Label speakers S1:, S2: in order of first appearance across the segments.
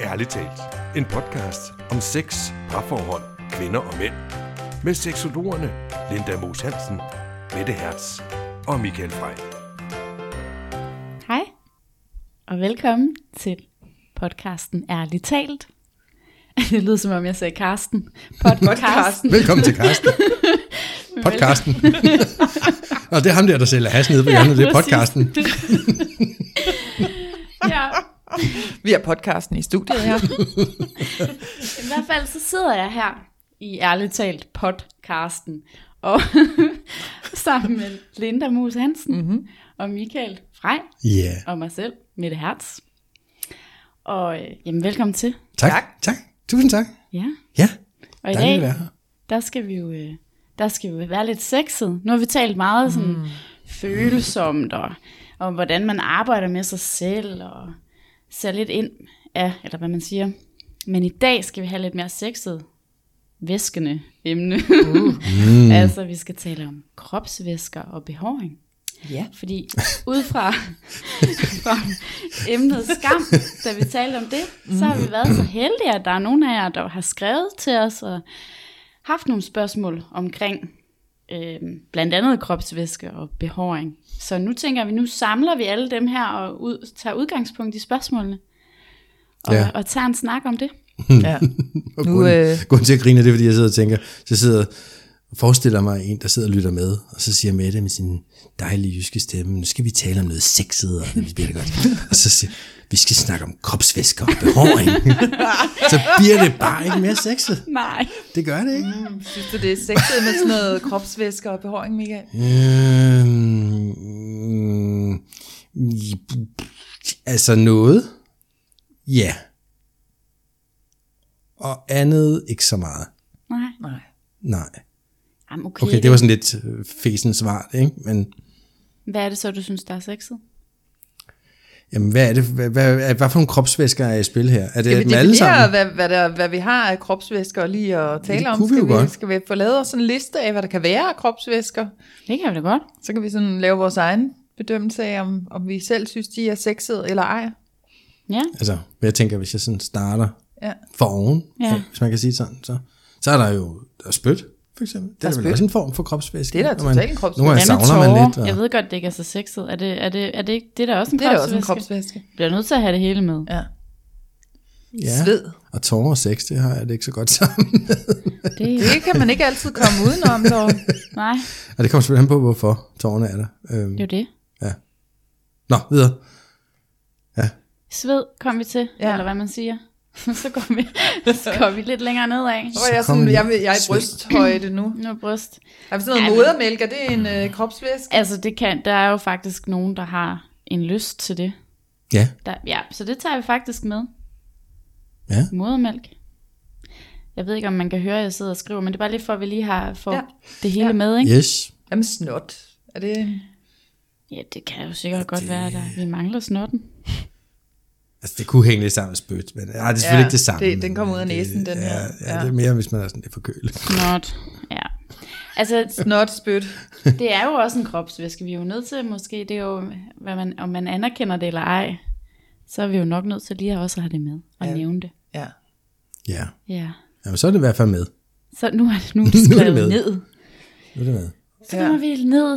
S1: Ærligt talt. En podcast om sex, parforhold, kvinder og mænd. Med seksologerne Linda Moos Hansen, Mette Hertz og Michael Frey.
S2: Hej, og velkommen til podcasten Ærligt Talt. Det lyder som om, jeg sagde Karsten. Podcasten.
S3: Velkommen til Karsten. Podcasten. og det er ham der, der sælger has nede på hjørnet, det er
S2: præcis.
S3: podcasten.
S2: ja,
S4: Vi har podcasten i studiet her.
S2: i hvert fald så sidder jeg her i Ærligt Talt podcasten. Og sammen med Linda Moos Hansen
S3: Mhm.
S2: mm-hmm. og Michael Frej
S3: Ja,
S2: og mig selv, Mette Hertz. Og øh, jamen, velkommen til.
S3: tak,
S4: Tak.
S3: tak. Tusind tak.
S2: Ja,
S3: Ja,
S2: og i
S3: dejligt
S2: dag,
S3: at være her.
S2: der skal vi jo, øh, der skal vi jo være lidt sexet. Nu har vi talt meget sådan mm. følsomt, og om hvordan man arbejder med sig selv, og ser lidt ind af, eller hvad man siger. Men i dag skal vi have lidt mere sexet, væskende emne.
S3: Uh.
S2: Mm. altså, vi skal tale om kropsvæsker og behåring.
S4: Ah, Ja.
S2: Fordi ud fra, fra emnet skam, da vi talte om det, så har vi været så heldige, at der er nogen af jer, der har skrevet til os og haft nogle spørgsmål omkring øh, blandt andet kropsvæske og behåring. Så nu tænker vi, nu samler vi alle dem her og ud, tager udgangspunkt i spørgsmålene og,
S3: Ja.
S2: ja. og tager en snak om det.
S4: ja.
S3: Og
S4: Nu,
S3: grunden,
S4: øh,
S3: grunden til at grine, det er, fordi jeg sidder og tænker, så sidder forestiller mig en, der sidder og lytter med, og så siger Mette med sin dejlige jyske stemme, nu skal vi tale om noget sexet, og det bliver det godt. Og så siger vi skal snakke om kropsvæsker og behåring. så bliver det bare ikke mere sexet.
S2: Nej.
S3: Det gør det ikke.
S4: Synes du, det er sexet med sådan noget kropsvæsker og behåring, Michael?
S3: Øhm, i- altså noget. Ja. Og andet ikke så meget.
S2: Nej.
S4: Nej.
S3: Nej.
S2: Jamen, okay.
S3: Okay, det var sådan lidt øh, fesen svar, ikke? Men
S2: Hvad er det så, du synes, der er sexet?
S3: jamen, hvad er det? Hvad, hvad, hvad, hvad for nogle kropsvæsker er i spil her? Er det
S4: Skal vi
S3: dem alle
S4: definere,
S3: sammen?
S4: hvad, hvad, der, hvad vi har af kropsvæsker lige at tale
S3: det
S4: om?
S3: kunne vi
S4: skal
S3: jo godt.
S4: Skal vi få lavet os en liste af, hvad der kan være af kropsvæsker?
S2: Det kan vi da godt.
S4: Så kan vi sådan lave vores egen bedømmelse af, om, om vi selv synes, de er sexet eller ej.
S2: Ja.
S3: Altså, hvad jeg tænker, hvis jeg sådan starter
S4: Ja.
S3: for oven,
S2: Ja.
S3: ja. hvis man kan sige det sådan, så, så er der jo der er spyt, for eksempel. Det er, der vel
S4: spyt.
S3: også en form for kropsvæske.
S4: Det er da
S3: Når man-
S4: totalt en kropsvæske.
S3: Nogle gange
S2: Hvad med
S3: savner man
S2: tårer?
S3: lidt. Og,
S2: Jeg ved godt, det ikke er så sexet. Er det, er det, er det, ikke, det er da også en
S4: Det er da også en
S2: kropsvæske.
S4: kropsvæske.
S2: Vi bliver nødt til at have det hele med.
S4: Ja.
S3: ja.
S4: Sved.
S3: Og tårer og sex, det har jeg det ikke så godt sammen.
S2: Det,
S4: Det kan man ikke altid komme udenom, dog.
S2: nej,
S3: og det kommer selvfølgelig an på, hvorfor tårerne er der. Øhm,
S2: det er jo det.
S3: nå, videre.
S2: Sved kom vi til, ja.
S4: Ja.
S2: eller hvad man siger. så, går vi, så går vi lidt længere nedad.
S4: Så er jeg,
S3: kommer
S4: sådan,
S3: lige
S4: jeg, jeg er i
S3: sved.
S4: brysthøjde nu.
S2: Nu er bryst.
S4: Er sådan noget modermælk, er det en øh, kropsvæske?
S2: Altså, det kan, der er jo faktisk nogen, der har en lyst til det.
S3: Ja,
S2: Der, ja, så det tager vi faktisk med.
S3: ja.
S2: Modermælk. Jeg ved ikke, om man kan høre, at jeg sidder og skriver, men det er bare lige for, at vi lige har får
S4: Ja.
S2: det hele
S4: Ja.
S2: med, ikke?
S3: Yes.
S4: Jamen snot. Er det...
S2: Ja, det kan jo sikkert godt være, at vi mangler snotten.
S3: Altså, det kunne hænge lidt sammen med spyt, men nej, det er selvfølgelig
S4: Ja,
S3: ikke det samme.
S4: det- den kommer ud af
S3: men øh, det-
S4: næsen, den
S3: ja,
S4: her.
S3: Ja,
S4: Ja.
S3: det er mere, hvis man er sådan lidt forkølet.
S2: Snot, ja. Altså,
S4: Snot, spyt.
S2: Det er jo også en kropsvæske, vi er jo nødt til, måske, det er jo, hvad man, om man anerkender det eller ej, så er vi jo nok nødt til lige også at have det med og ja.
S4: Ja.
S2: nævne det.
S4: Ja.
S3: Ja,
S2: Ja.
S3: Jamen, så er det i hvert fald med.
S2: Så nu er det, nu er det
S3: Nu er det
S2: skrevet
S3: med.
S2: ned.
S3: Nu er det med.
S2: Så
S4: Ja.
S2: kommer vi ned.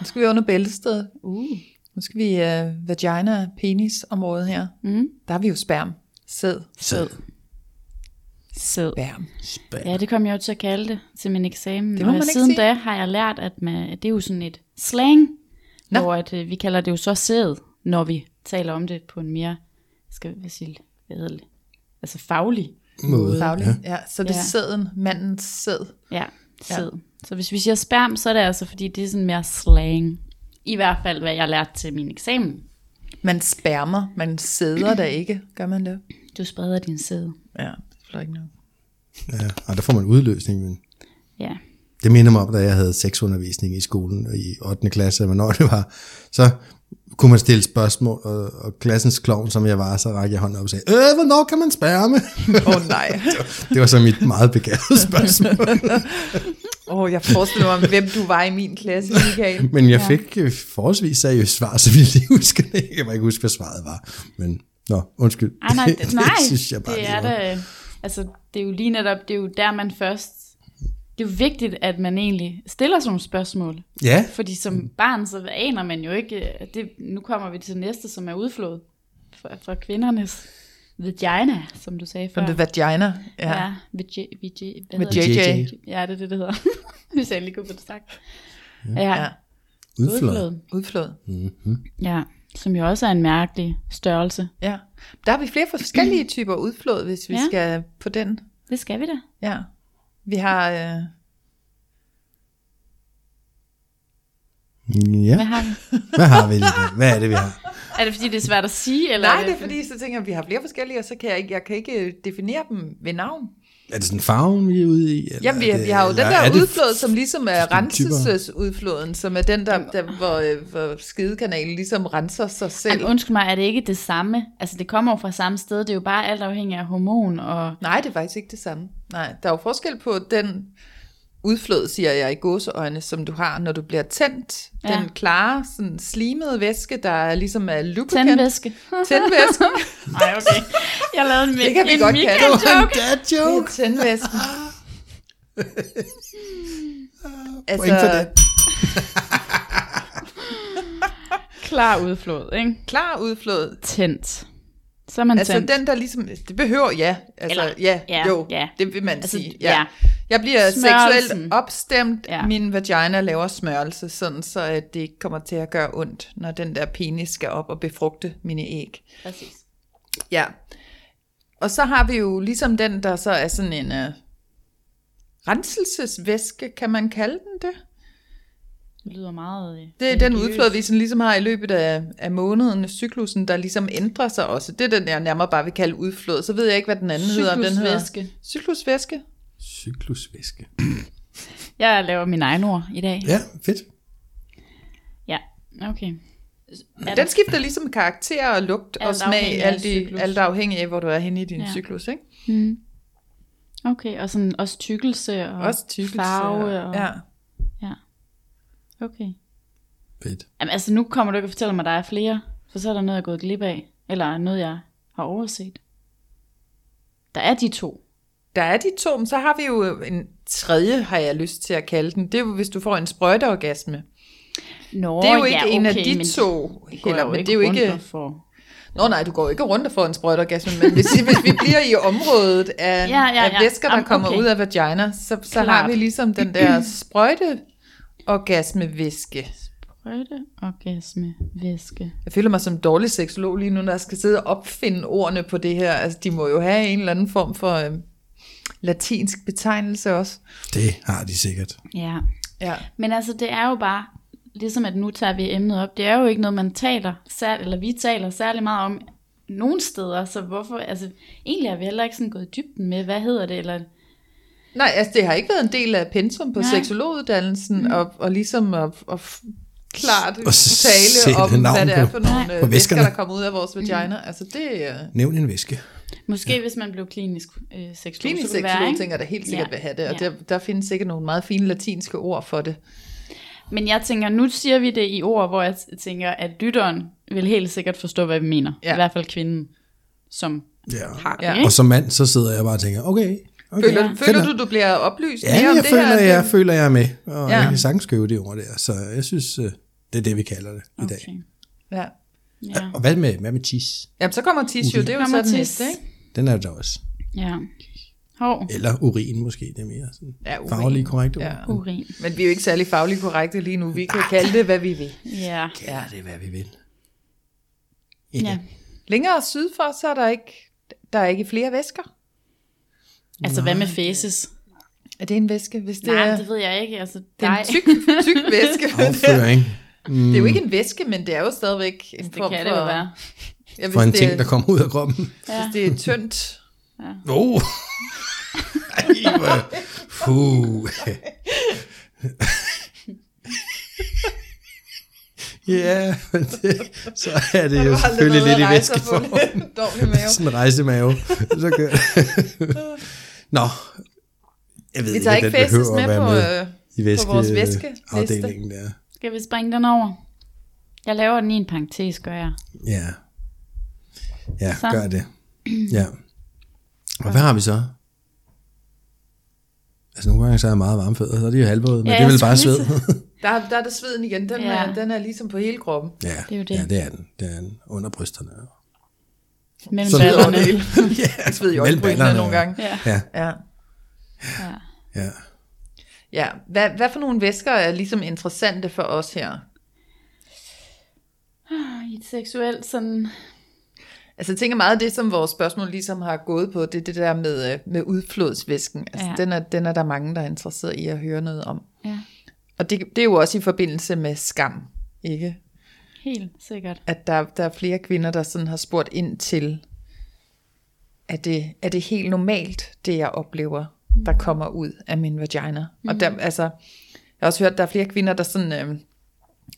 S4: Nu skal vi under bæltestedet.
S2: Uh.
S4: Nu skal vi øh, vagina, penis området her.
S2: Mm.
S4: Der er vi jo sperm. Sæd.
S3: Sæd.
S2: Sæd.
S4: Sperm.
S2: Ja, det kom jeg jo til at kalde det til min eksamen.
S4: Det må
S2: og
S4: man ikke
S2: siden
S4: sige.
S2: da har jeg lært, at man, det er jo sådan et slang, Nå.
S4: Nå.
S2: hvor at, øh, vi kalder det jo så sæd, når vi taler om det på en mere, skal jeg sige, hvad hedder det, altså faglig
S3: Måde.
S4: Daglig.
S3: Ja.
S4: Ja. så det er
S2: Ja.
S4: sæden, mandens sæd.
S2: Ja, sæd. Ja. Så hvis vi siger sperm, så er det altså, fordi det er sådan mere slang. I hvert fald, hvad jeg lærte til min eksamen.
S4: Man spermer, man sæder da ikke. Gør man det?
S2: Du spreder din sæd.
S4: Ja, det er ikke noget.
S3: ja. Og der får man udløsning, men
S2: Ja.
S3: Det minder mig om, da jeg havde sexundervisning i skolen i 8. klasse, eller hvornår det var. Så kunne man stille spørgsmål, og, og klassens klovn, som jeg var, så rakte jeg hånden op og sagde, Øh, hvornår kan man spærme?
S4: Åh oh, nej.
S3: det var så mit meget begavede spørgsmål.
S4: Åh, oh, jeg forestiller mig, hvem du var i min klasse, Michael.
S3: Men jeg fik øh, forholdsvis seriøst svar, så vidt jeg husker det. Jeg kan bare ikke huske, hvad svaret var. Men Nå, undskyld.
S2: Ej, Ah, nej, det, nej,
S3: det synes jeg bare,
S2: det er
S3: var.
S2: det. Altså, det er jo lige netop, det er jo der, man først... Det er jo vigtigt, at man egentlig stiller sådan nogle spørgsmål.
S3: Ja,
S2: Fordi
S3: Mm.
S2: som barn, så aner man jo ikke... øh, Det, nu kommer vi til næste, som er udflået fra, fra kvindernes vagina, som du sagde før.
S4: Som det vagina. Ja.
S2: ja. vagi- vagi- hvad
S4: Med
S2: hedder det?
S4: JJ.
S2: Ja,
S3: JJ.
S2: det er det, det hedder. Hvis jeg lige kunne få det sagt. Ja,
S4: ja.
S2: ja.
S3: udflod.
S4: Udflod.
S2: Ja, som jo også er en mærkelig størrelse.
S4: Ja. Der har vi flere forskellige typer udflod, hvis vi
S2: Ja.
S4: ja. skal på den.
S2: Det skal vi da.
S4: Ja. Vi har... Øh,
S3: Ja,
S2: Hvad har vi?
S3: hvad har vi i dag? Hvad er det, vi har?
S2: Er det fordi, det er svært at sige? Eller
S4: nej, det er fordi, så tænker jeg, at vi har flere forskellige, og så kan jeg ikke, jeg kan ikke øh, definere dem ved navn.
S3: Er det sådan farven, vi er ude i? Eller
S4: Jamen, vi,
S3: er det,
S4: vi har jo den
S3: eller
S4: der
S3: er det-
S4: udflod, som ligesom er
S3: forskellige typer?
S4: renselsesudfloden, som er den, der, der hvor, øh, hvor skidekanalen ligesom renser sig selv.
S2: Jamen, undskyld mig, er det ikke det samme? Altså, det kommer jo fra samme sted. Det er jo bare alt afhængig af hormon og...
S4: Nej, det er faktisk ikke det samme. Nej, der er jo forskel på den udflod, siger jeg i gåseøjne, som du har, når du bliver tændt.
S2: Ja.
S4: Ja. Den klare, sådan slimede væske, der er ligesom er lubricant.
S2: Tændvæske.
S4: Tændvæske.
S2: Nej, okay. Jeg lavede en,
S4: Det kan vi
S2: en
S4: godt
S2: Michael
S4: kalde det.
S3: Det var en
S2: joke.
S3: dad joke.
S4: Tændvæsken.
S3: Point for det.
S4: altså,
S2: Klar udflod, ikke?
S4: klar udflod.
S2: Tændt. Så er man
S4: Altså
S2: tændt.
S4: den, der ligesom, det behøver, ja, altså,
S2: Eller-
S4: Eller, ja,
S2: ja,
S4: jo,
S2: ja.
S4: det vil man
S2: Altså,
S4: altså, sige,
S2: ja.
S4: ja. ja. Jeg bliver
S2: Smørelsen.
S4: seksuelt opstemt,
S2: Ja.
S4: ja. min vagina laver smørelse, sådan så at det ikke kommer til at gøre ondt, når den der penis skal op og befrugte mine æg.
S2: Præcis.
S4: Ja. Og så har vi jo ligesom den, der så er sådan en uh, renselsesvæske, kan man kalde den det?
S2: Det lyder meget... øh,
S4: Det er den
S2: religiøst.
S4: udflod, vi sådan ligesom har i løbet af, af måneden, cyklusen, der ligesom ændrer sig også. Det er den, jeg nærmere bare vil kalde udflod. Så ved jeg ikke, hvad den anden hedder. om Den hedder
S2: Cyklusvæske.
S4: cyklusvæske.
S3: Cyklusvæske.
S2: Jeg laver min egen ord i dag.
S3: Ja, fedt.
S2: Ja, okay. Er
S4: Den skifter ligesom karakter og lugt og
S2: Alt afhængig
S4: smag,
S2: af
S4: alt,
S2: cyklus.
S4: i, alt afhængig af, hvor du er henne i din
S2: Ja.
S4: ja. cyklus. Ikke?
S2: Mm. Okay, og sådan også tykkelse og
S4: Også tykkelse.
S2: farve. Og,
S4: Og, ja.
S2: ja. Okay.
S3: Fedt.
S2: Jamen, altså, nu kommer du ikke og fortæller mig, at der er flere, for så er der noget, jeg er gået glip af, eller noget, jeg har overset. Der er de to.
S4: Der er de to, men så har vi jo en tredje, har jeg lyst til at kalde den. Det er jo, hvis du får en sprøjteorgasme.
S2: Nå,
S4: det er jo ikke en af de
S2: men
S4: to
S2: det går jeg
S4: heller,
S2: jo
S4: men det er jo
S2: rundt
S4: ikke...
S2: og får.
S4: Nå nej, du går jo ikke rundt og får en sprøjteorgasme, men hvis, hvis vi bliver i området af,
S2: Ja, ja,
S4: ja, ja,
S2: ja.
S4: ja. af væsker, der
S2: Jamen,
S4: kommer
S2: okay.
S4: ud af vagina, så, så
S2: Klart.
S4: har vi ligesom den der sprøjteorgasmevæske.
S2: Røde orgasme, væske.
S4: Jeg føler mig som en dårlig seksolog lige nu, når jeg skal sidde og opfinde ordene på det her. Altså, de må jo have en eller anden form for øh, latinsk betegnelse også.
S3: Det har de sikkert.
S2: Ja.
S4: Ja.
S2: Men altså, det er jo bare, ligesom at nu tager vi emnet op, det er jo ikke noget, man taler, sær- eller vi taler særlig meget om nogen steder, så hvorfor, altså, egentlig har vi heller ikke sådan gået i dybden med, hvad hedder det, eller
S4: Nej, altså det har ikke været en del af pensum på
S2: Nej.
S4: seksologuddannelsen, mm. og, og ligesom at, at f- klart
S3: Og s- sætte
S4: tale om,
S3: navn
S4: hvad det er
S3: på-
S4: for nogle
S3: på
S4: øh, væsker,
S3: væskerne.
S4: der kommer ud af vores vagina. Mm. Altså det er...
S3: Nævn en væske.
S2: Måske ja. hvis man blev klinisk øh, seksolog,
S4: Klinisk
S2: så kunne det være,
S4: seksolog
S2: ikke?
S4: tænker der helt sikkert
S2: Ja.
S4: ja. vil have det, og
S2: Ja.
S4: ja. der, der findes sikkert nogle meget fine latinske ord for det.
S2: Men jeg tænker, nu siger vi det i ord, hvor jeg t- tænker, at lytteren vil helt sikkert forstå, hvad vi mener. Ja.
S4: Ja.
S2: I hvert fald kvinden, som
S3: Ja.
S2: har det,
S4: Ja.
S2: ikke?
S3: Og som mand, så sidder jeg bare og tænker, okay. okay
S4: Føler, ja.
S3: fedt
S4: føler du,
S3: nok.
S4: du bliver oplyst
S3: Ja,
S4: mere om
S3: jeg
S4: det
S3: føler,
S4: her?
S3: jeg føler, jeg er med. Og
S4: Ja.
S3: jeg kan sagtens købe det ord der. Så jeg synes, øh, det er det, vi kalder det i dag.
S2: Okay.
S4: Ja.
S2: Ja.
S3: Og hvad med, hvad med cheese?
S4: Jamen, så kommer tissue, det er jo
S2: Kommer
S4: så den
S2: til-
S4: næste, ikke?
S3: Den er der også.
S2: Ja. Hov,
S3: Eller urin måske, det er mere sådan
S4: Ja, urin.
S3: fagligt korrekt ord.
S4: Ja.
S2: urin.
S4: Men vi er jo ikke særlig fagligt korrekte lige nu. Vi kan kalde det, hvad vi vil.
S2: Ja.
S3: ja, det er hvad vi vil.
S2: ja.
S4: Længere syd for, så er der ikke, der er ikke flere væsker.
S2: Altså, hvad med faces?
S4: Er det en væske? Hvis det
S2: Nej,
S4: er,
S2: men det ved jeg ikke. Altså,
S4: det er
S2: nej.
S4: en tyk, tyk væske.
S3: Afføring
S4: det er jo ikke en væske, men det er jo stadigvæk en
S2: Det
S4: form
S2: kan
S4: for...
S2: det jo være.
S4: Ja, hvis
S3: for en
S4: det
S3: ting,
S4: er,
S3: der kommer ud af kroppen.
S4: Hvis det er tyndt.
S3: Oh. Ej, hvor- Puh. ja, men det, så er det jo selvfølgelig lidt i væskeform.
S4: Dårlig mave.
S3: Sådan en rejsemave. Så kører Nå, jeg ved
S4: Vi
S3: ikke,
S4: tager
S3: at
S4: ikke
S3: den behøver
S4: faces
S3: at
S4: med
S3: være
S4: på,
S3: med
S4: øh,
S3: i væske,
S4: på vores væskeliste.
S3: afdelingen der.
S2: Skal vi springe den over? Jeg laver den i en parentes, gør jeg.
S3: Ja. Ja,
S2: Så.
S3: så. gør det. Ja. Og hvad har vi så? Altså nogle gange så er jeg meget varme fødder, så er de jo halvvåde, men
S2: Ja,
S3: ja, det er
S2: jeg
S3: vel bare
S2: skulle
S3: sved.
S2: lige
S4: Der, der er der sveden igen. Den, ja.
S2: Ja.
S4: er, den er ligesom på hele kroppen.
S3: ja,
S2: Det er jo det.
S3: ja, det er den. Det er den under brysterne.
S2: Mellem
S3: Så-
S2: ballerne.
S3: ja,
S4: Jeg sved i
S3: Mellem
S4: øjenbrynene
S3: ballerne,
S4: nogle
S3: ja.
S4: gange.
S2: Ja.
S3: ja,
S4: Ja.
S2: ja.
S3: ja.
S4: ja. Hvad, hvad for nogle væsker er ligesom interessante for os her?
S2: Ah, I et seksuelt sådan...
S4: Altså jeg tænker meget af det, som vores spørgsmål ligesom har gået på, det er det der med, øh, med udflodsvæsken. Altså
S2: Ja.
S4: ja. den, er, den er der mange, der er interesseret i at høre noget om.
S2: Ja,
S4: Og det, det er jo også i forbindelse med skam, ikke?
S2: helt sikkert.
S4: At der, der er flere kvinder, der sådan har spurgt ind til, er det, er det helt normalt, det jeg oplever, der kommer ud af min vagina? Mm. Og der, altså, jeg har også hørt, at der er flere kvinder, der sådan... Øh,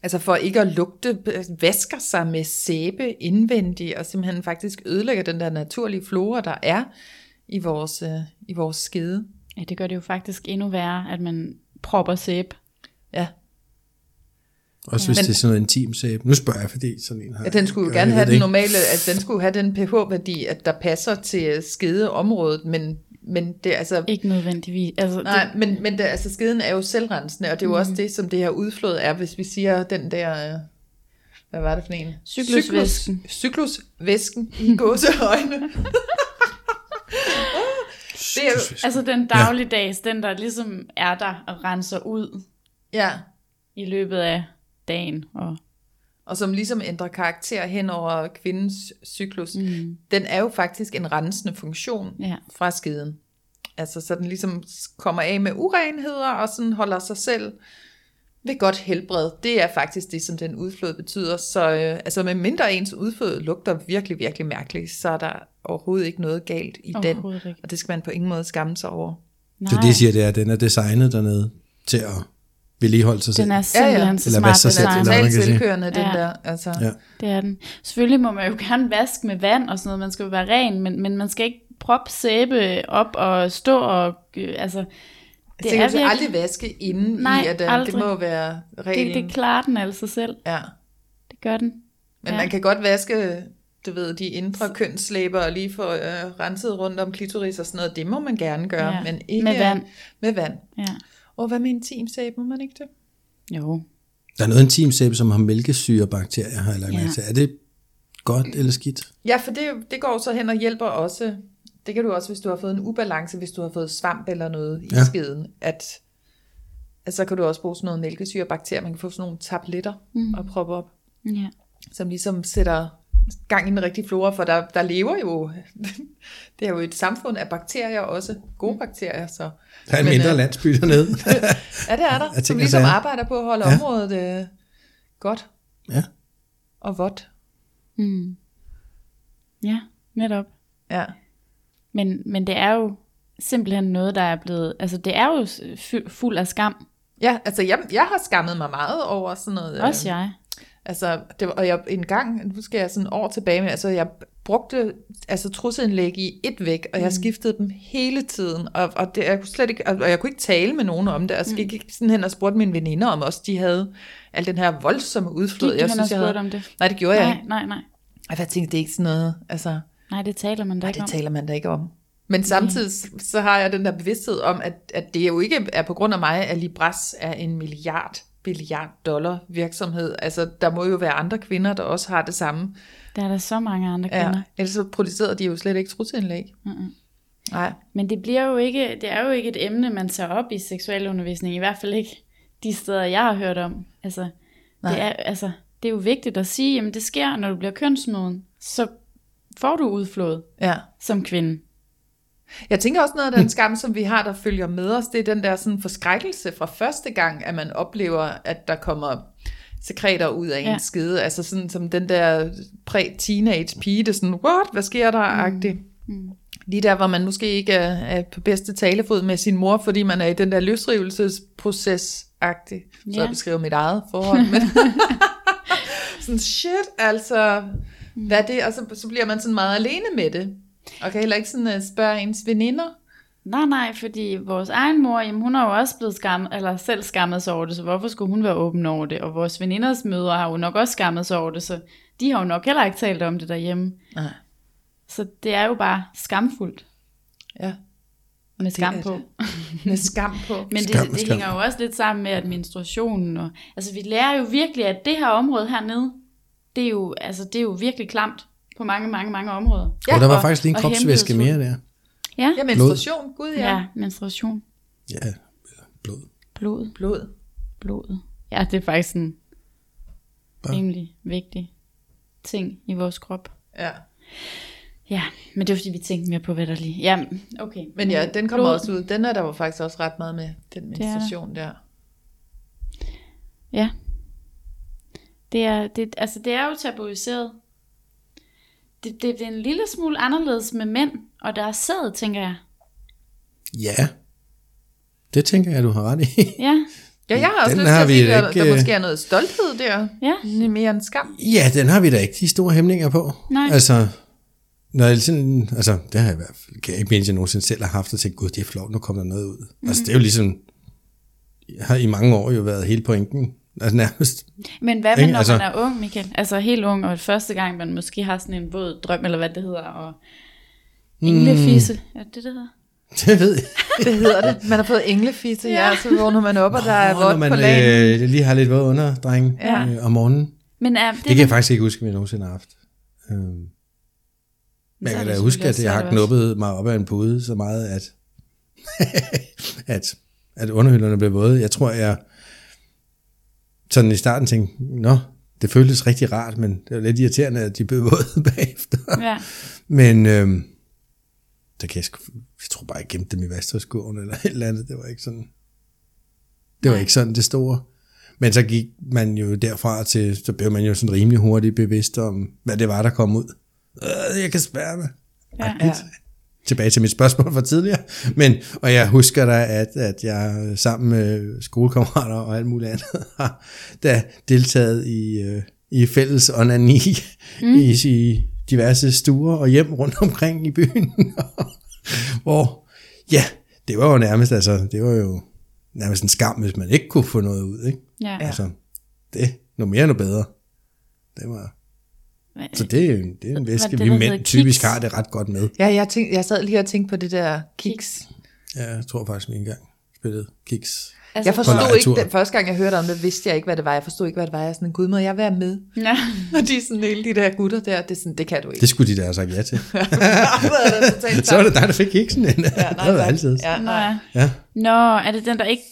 S4: Altså for ikke at lugte, øh, vasker sig med sæbe indvendigt, og simpelthen faktisk ødelægger den der naturlige flora, der er i vores, øh, i vores skede.
S2: Ja, det gør det jo faktisk endnu værre, at man propper sæbe.
S4: Ja,
S3: Også hvis
S4: Men-
S3: det er sådan noget intim sæbe. Nu spørger jeg, fordi sådan en har...
S4: Ja, den skulle jo
S3: jeg
S4: gerne
S3: ved
S4: have
S3: det
S4: den
S3: ikke.
S4: normale, at den skulle have den pH-værdi, at der passer til skedeområdet, men, men det er altså...
S2: Ikke nødvendigvis. Altså,
S4: Nej, men, men det, altså, skeden er jo selvrensende, og det er jo også det, som det her udflod er, hvis vi siger den der... øh, Hvad var det for en?
S2: Cyklusvæsken.
S4: Cyklus- Cyklusvæsken i gåseøjne. det er jo,
S2: Altså den dagligdags, den der ligesom er der og renser ud
S4: ja,
S2: i løbet af dagen. Og,
S4: og som ligesom ændrer karakter hen over kvindens cyklus, mm. den er jo faktisk en rensende funktion
S2: Ja.
S4: fra skeden. Altså så den ligesom kommer af med urenheder og sådan holder sig selv ved godt helbred. Det er faktisk det, som den udflod betyder. Så øh, altså med mindre ens udflod lugter virkelig, virkelig mærkeligt, så er der overhovedet ikke noget galt i den.
S2: Overhovedet ikke.
S4: Og det skal man på ingen måde skamme sig over.
S2: nej,
S3: Så det, jeg siger, det er, at den er designet dernede til at vedligeholde sig selv.
S2: den er simpelthen ja, ja. så
S3: Eller
S2: smart
S3: vaske sig selv,
S4: Den er
S3: eller
S2: designet.
S3: hvad
S4: totalt
S3: man kan sige.
S2: Ja.
S4: selvkørende, den der. Altså.
S3: Ja.
S2: Det er den. Selvfølgelig må man jo gerne vaske med vand og sådan noget. Man skal jo være ren, men, men man skal ikke proppe sæbe op og stå og... Øh, altså,
S4: Det kan virkelig... aldrig vaske inden
S2: Nej,
S4: i, at øh,
S2: aldrig.
S4: det må jo være reglen.
S2: det, det klarer den altså selv.
S4: Ja.
S2: Det gør den.
S4: Men
S2: Ja.
S4: ja. man kan godt vaske, du ved, de indre kønslæber og lige få øh, renset rundt om klitoris og sådan noget. Det må man gerne gøre,
S2: Ja.
S4: ja. men ikke
S2: Med vand.
S4: Med vand.
S2: Ja.
S4: Og hvad med intimsæbe, må man ikke det?
S2: Jo.
S3: Der er noget intim sæbe, som har mælkesyrebakterier, har jeg lagt
S2: Ja.
S3: mærke til. Er det godt eller skidt?
S4: Ja, for det, det går så hen og hjælper også. Det kan du også, hvis du har fået en ubalance, hvis du har fået svamp eller noget i
S3: Ja.
S4: ja. skeden, at at så kan du også bruge sådan noget mælkesyrebakterier. Man kan få sådan nogle tabletter mm. og proppe op.
S2: Ja.
S4: som ligesom sætter gang i den rigtige flora, for der, der lever jo, det er jo et samfund af bakterier også, gode bakterier, så.
S3: Mm. Der er en
S4: Men,
S3: mindre
S4: øh,
S3: landsby dernede.
S4: Ja, det er der,
S3: Jeg
S4: som
S3: tænker,
S4: ligesom
S3: så er-
S4: arbejder på at holde
S3: Ja.
S4: ja. området øh, godt
S3: ja.
S4: og vådt.
S2: Mm. Ja, netop.
S4: Ja.
S2: Men, men det er jo simpelthen noget, der er blevet... Altså, det er jo s- fy- fuld af skam.
S4: Ja, altså jeg, jeg har skammet mig meget over sådan noget. øh,
S2: Ja. Også jeg.
S4: Altså, det var, og jeg en gang, nu skal jeg sådan år tilbage, men altså jeg brugte altså trusseindlæg i et væk, og jeg
S2: Mm.
S4: skiftede dem hele tiden, og, og, det, jeg kunne slet ikke, og, og jeg kunne ikke tale med nogen om det,
S2: Mm.
S4: og så gik jeg sådan hen og spurgte mine veninder om også, de havde al den her voldsomme udflod.
S2: Gik du
S4: jeg
S2: hen og
S4: jeg
S2: spurgte om det?
S4: Nej, det gjorde nej. jeg
S2: Nej,
S4: ikke.
S2: nej, nej.
S4: Og jeg tænkte, det er ikke sådan noget, altså,
S2: Nej, det taler man da ikke
S4: det
S2: om.
S4: taler man da ikke om. Men samtidig så har jeg den der bevidsthed om, at, at det jo ikke er på grund af mig, at Libras er en milliard, billiard dollar virksomhed. Altså, der må jo være andre kvinder, der også har det samme.
S2: Der er der så mange andre kvinder.
S4: Ja, ellers så producerede de jo slet ikke trusindlæg. Mm-mm. Nej,
S2: Men det bliver jo ikke, det er jo ikke et emne, man tager op i seksualundervisning, i hvert fald ikke de steder, jeg har hørt om. Altså,
S4: Nej.
S2: det er, altså, det er jo vigtigt at sige, jamen det sker, når du bliver kønsmoden, så får du udflået
S4: ja.
S2: som kvinde.
S4: Jeg tænker også noget af den skam, som vi har, der følger med os, det er den der sådan forskrækkelse fra første gang, at man oplever, at der kommer sekreter ud af en
S2: Ja.
S4: ja. skede. Altså sådan som den der præ-teenage pige, der sådan, what, hvad sker der? Mm. Lige der, hvor man måske ikke er, er på bedste talefod med sin mor, fordi man er i den der løsrivelsesproces agtig Så
S2: Ja.
S4: jeg beskriver mit eget forhold. Men sådan, shit, altså, hvad er det? Og så, så bliver man sådan meget alene med det. Og kan heller ikke sådan uh, spørge ens veninder.
S2: Nej, nej, fordi vores egen mor, jamen hun har jo også blevet skammet, eller selv skammet sig over det, så hvorfor skulle hun være åben over det? Og vores veninders mødre har jo nok også skammet sig over det, så de har jo nok heller ikke talt om det derhjemme.
S4: Nej.
S2: Så det er jo bare skamfuldt
S4: Ja.
S2: med skam
S4: er det.
S2: på.
S4: Med skam på.
S2: Men det,
S3: Skam,
S2: det
S3: skam.
S2: hænger jo også lidt sammen med, at menstruationen og... Altså, vi lærer jo virkelig, at det her område hernede, det er jo, altså, det er jo virkelig klamt på mange, mange, mange områder.
S3: Ja, og der var
S4: og-
S3: faktisk lige en
S2: og
S3: kropsvæske mere
S2: hemmelighedsfuld.
S3: der.
S2: Ja,
S4: Ja, menstruation, gud ja.
S2: ja menstruation,
S3: Ja, eller blod.
S2: blod,
S4: Blod.
S2: blodet. Ja, det er faktisk en
S3: Ja.
S2: rimelig vigtig ting i vores krop.
S4: Ja.
S2: Ja, men det var fordi, vi tænkte mere på, hvad der lige... Ja, okay.
S4: Men ja, den kommer
S2: Blod.
S4: også ud. Den er der jo faktisk også ret meget med, den menstruation der.
S2: Ja. Det er, det, altså, det er jo tabuiseret. Det, det, det er en lille smule anderledes med mænd, og der er sæd, tænker jeg.
S3: Ja, det tænker jeg, du har ret i.
S2: Ja,
S4: Ja, jeg har også
S3: Den
S4: lyst til
S3: har
S4: at
S3: vi
S4: sige, at der,
S3: ikke,
S4: der
S3: øh,
S4: måske er noget stolthed der.
S2: Ja.
S4: Lidt Mere end skam.
S3: ja, den har vi da ikke de store hæmninger på.
S2: Nej.
S3: Altså, når jeg sådan, altså, det har jeg i hvert fald, kan jeg ikke mindst, jeg nogensinde selv har haft, og tænkt, gud, det er flot, nu kommer der noget ud.
S4: Mhm.
S3: Mm-hmm. Altså, det er jo ligesom, jeg har i mange år jo været hele pointen, altså nærmest.
S2: men hvad med,
S3: Ikke?
S2: når
S3: Altså-
S2: man er ung, Michael? Altså helt ung, og første gang, man måske har sådan en våd drøm, eller hvad det hedder, og englefisse. Mm. Er det det, det hedder?
S3: Det ved jeg.
S4: Det hedder det. Man har fået englefisse, ja. Så vågner man op, og der er
S3: Nå,
S4: vådt
S3: når man
S4: på lagen.
S3: øh, lige har lidt våd under, dreng,
S2: Ja.
S3: ja. øh, om morgenen. Det,
S2: Men er
S3: det kan jeg faktisk ikke huske, at jeg nogensinde har haft. Øh, men jeg
S2: er
S3: kan
S2: det
S3: da huske,
S2: selvfølgelig
S3: at jeg
S2: også-
S3: har knuppet mig op af en pude så meget, at, at, at underhylderne blev våde. Jeg tror, jeg sådan i starten tænkte, nå, det føltes rigtig rart, men det var lidt irriterende, at de blev våde bagefter.
S2: Ja.
S3: Men øhm, der kan jeg, sgu- jeg tror bare, jeg gemte dem i vasketøjskurven eller et eller andet. Det var ikke sådan, det var ikke sådan det store. Men så gik man jo derfra til, så blev man jo sådan rimelig hurtigt bevidst om, hvad det var, der kom ud. Øh, jeg kan spærre mig.
S2: Ja.
S4: Ja.
S3: Tilbage til mit spørgsmål fra tidligere. Men, og jeg husker da, at, at jeg sammen med skolekammerater og alt muligt andet, har da deltaget i, øh, i fælles onani mm. i, i diverse stuer og hjem rundt omkring i byen. Hvor, ja, det var jo nærmest, altså, det var jo nærmest en skam, hvis man ikke kunne få noget ud, ikke?
S2: ja.
S4: Ja.
S2: ja.
S3: Altså, det, nu mere, nu bedre. Det var, så det er, jo- det er en væske,
S2: det,
S3: vi
S2: der
S3: mænd
S2: Øh, hedder
S3: typisk
S2: kiks?
S3: har det ret godt med.
S4: Ja, jeg, tænkte, jeg sad lige og tænkte på det der kiks.
S3: Ja, jeg tror faktisk, vi engang spillede kiks.
S2: Altså,
S4: Jeg forstod
S3: lejretur.
S4: ikke, den første gang jeg hørte om det, vidste jeg ikke, hvad det var. Jeg forstod ikke, hvad det var. Jeg er sådan, gud, må jeg være med?
S2: Ja.
S4: Og de er sådan, hele de der gutter der, det er sådan, det kan du ikke.
S3: Det skulle de da have sagt ja til.
S4: Det,
S3: Så var det dig, der fik kiksen ind. Ja, nej, det var altid. Ja.
S4: Ja,
S2: Nå,
S4: nej.
S2: ja.
S3: ja.
S2: Nå, er det den, der ikke...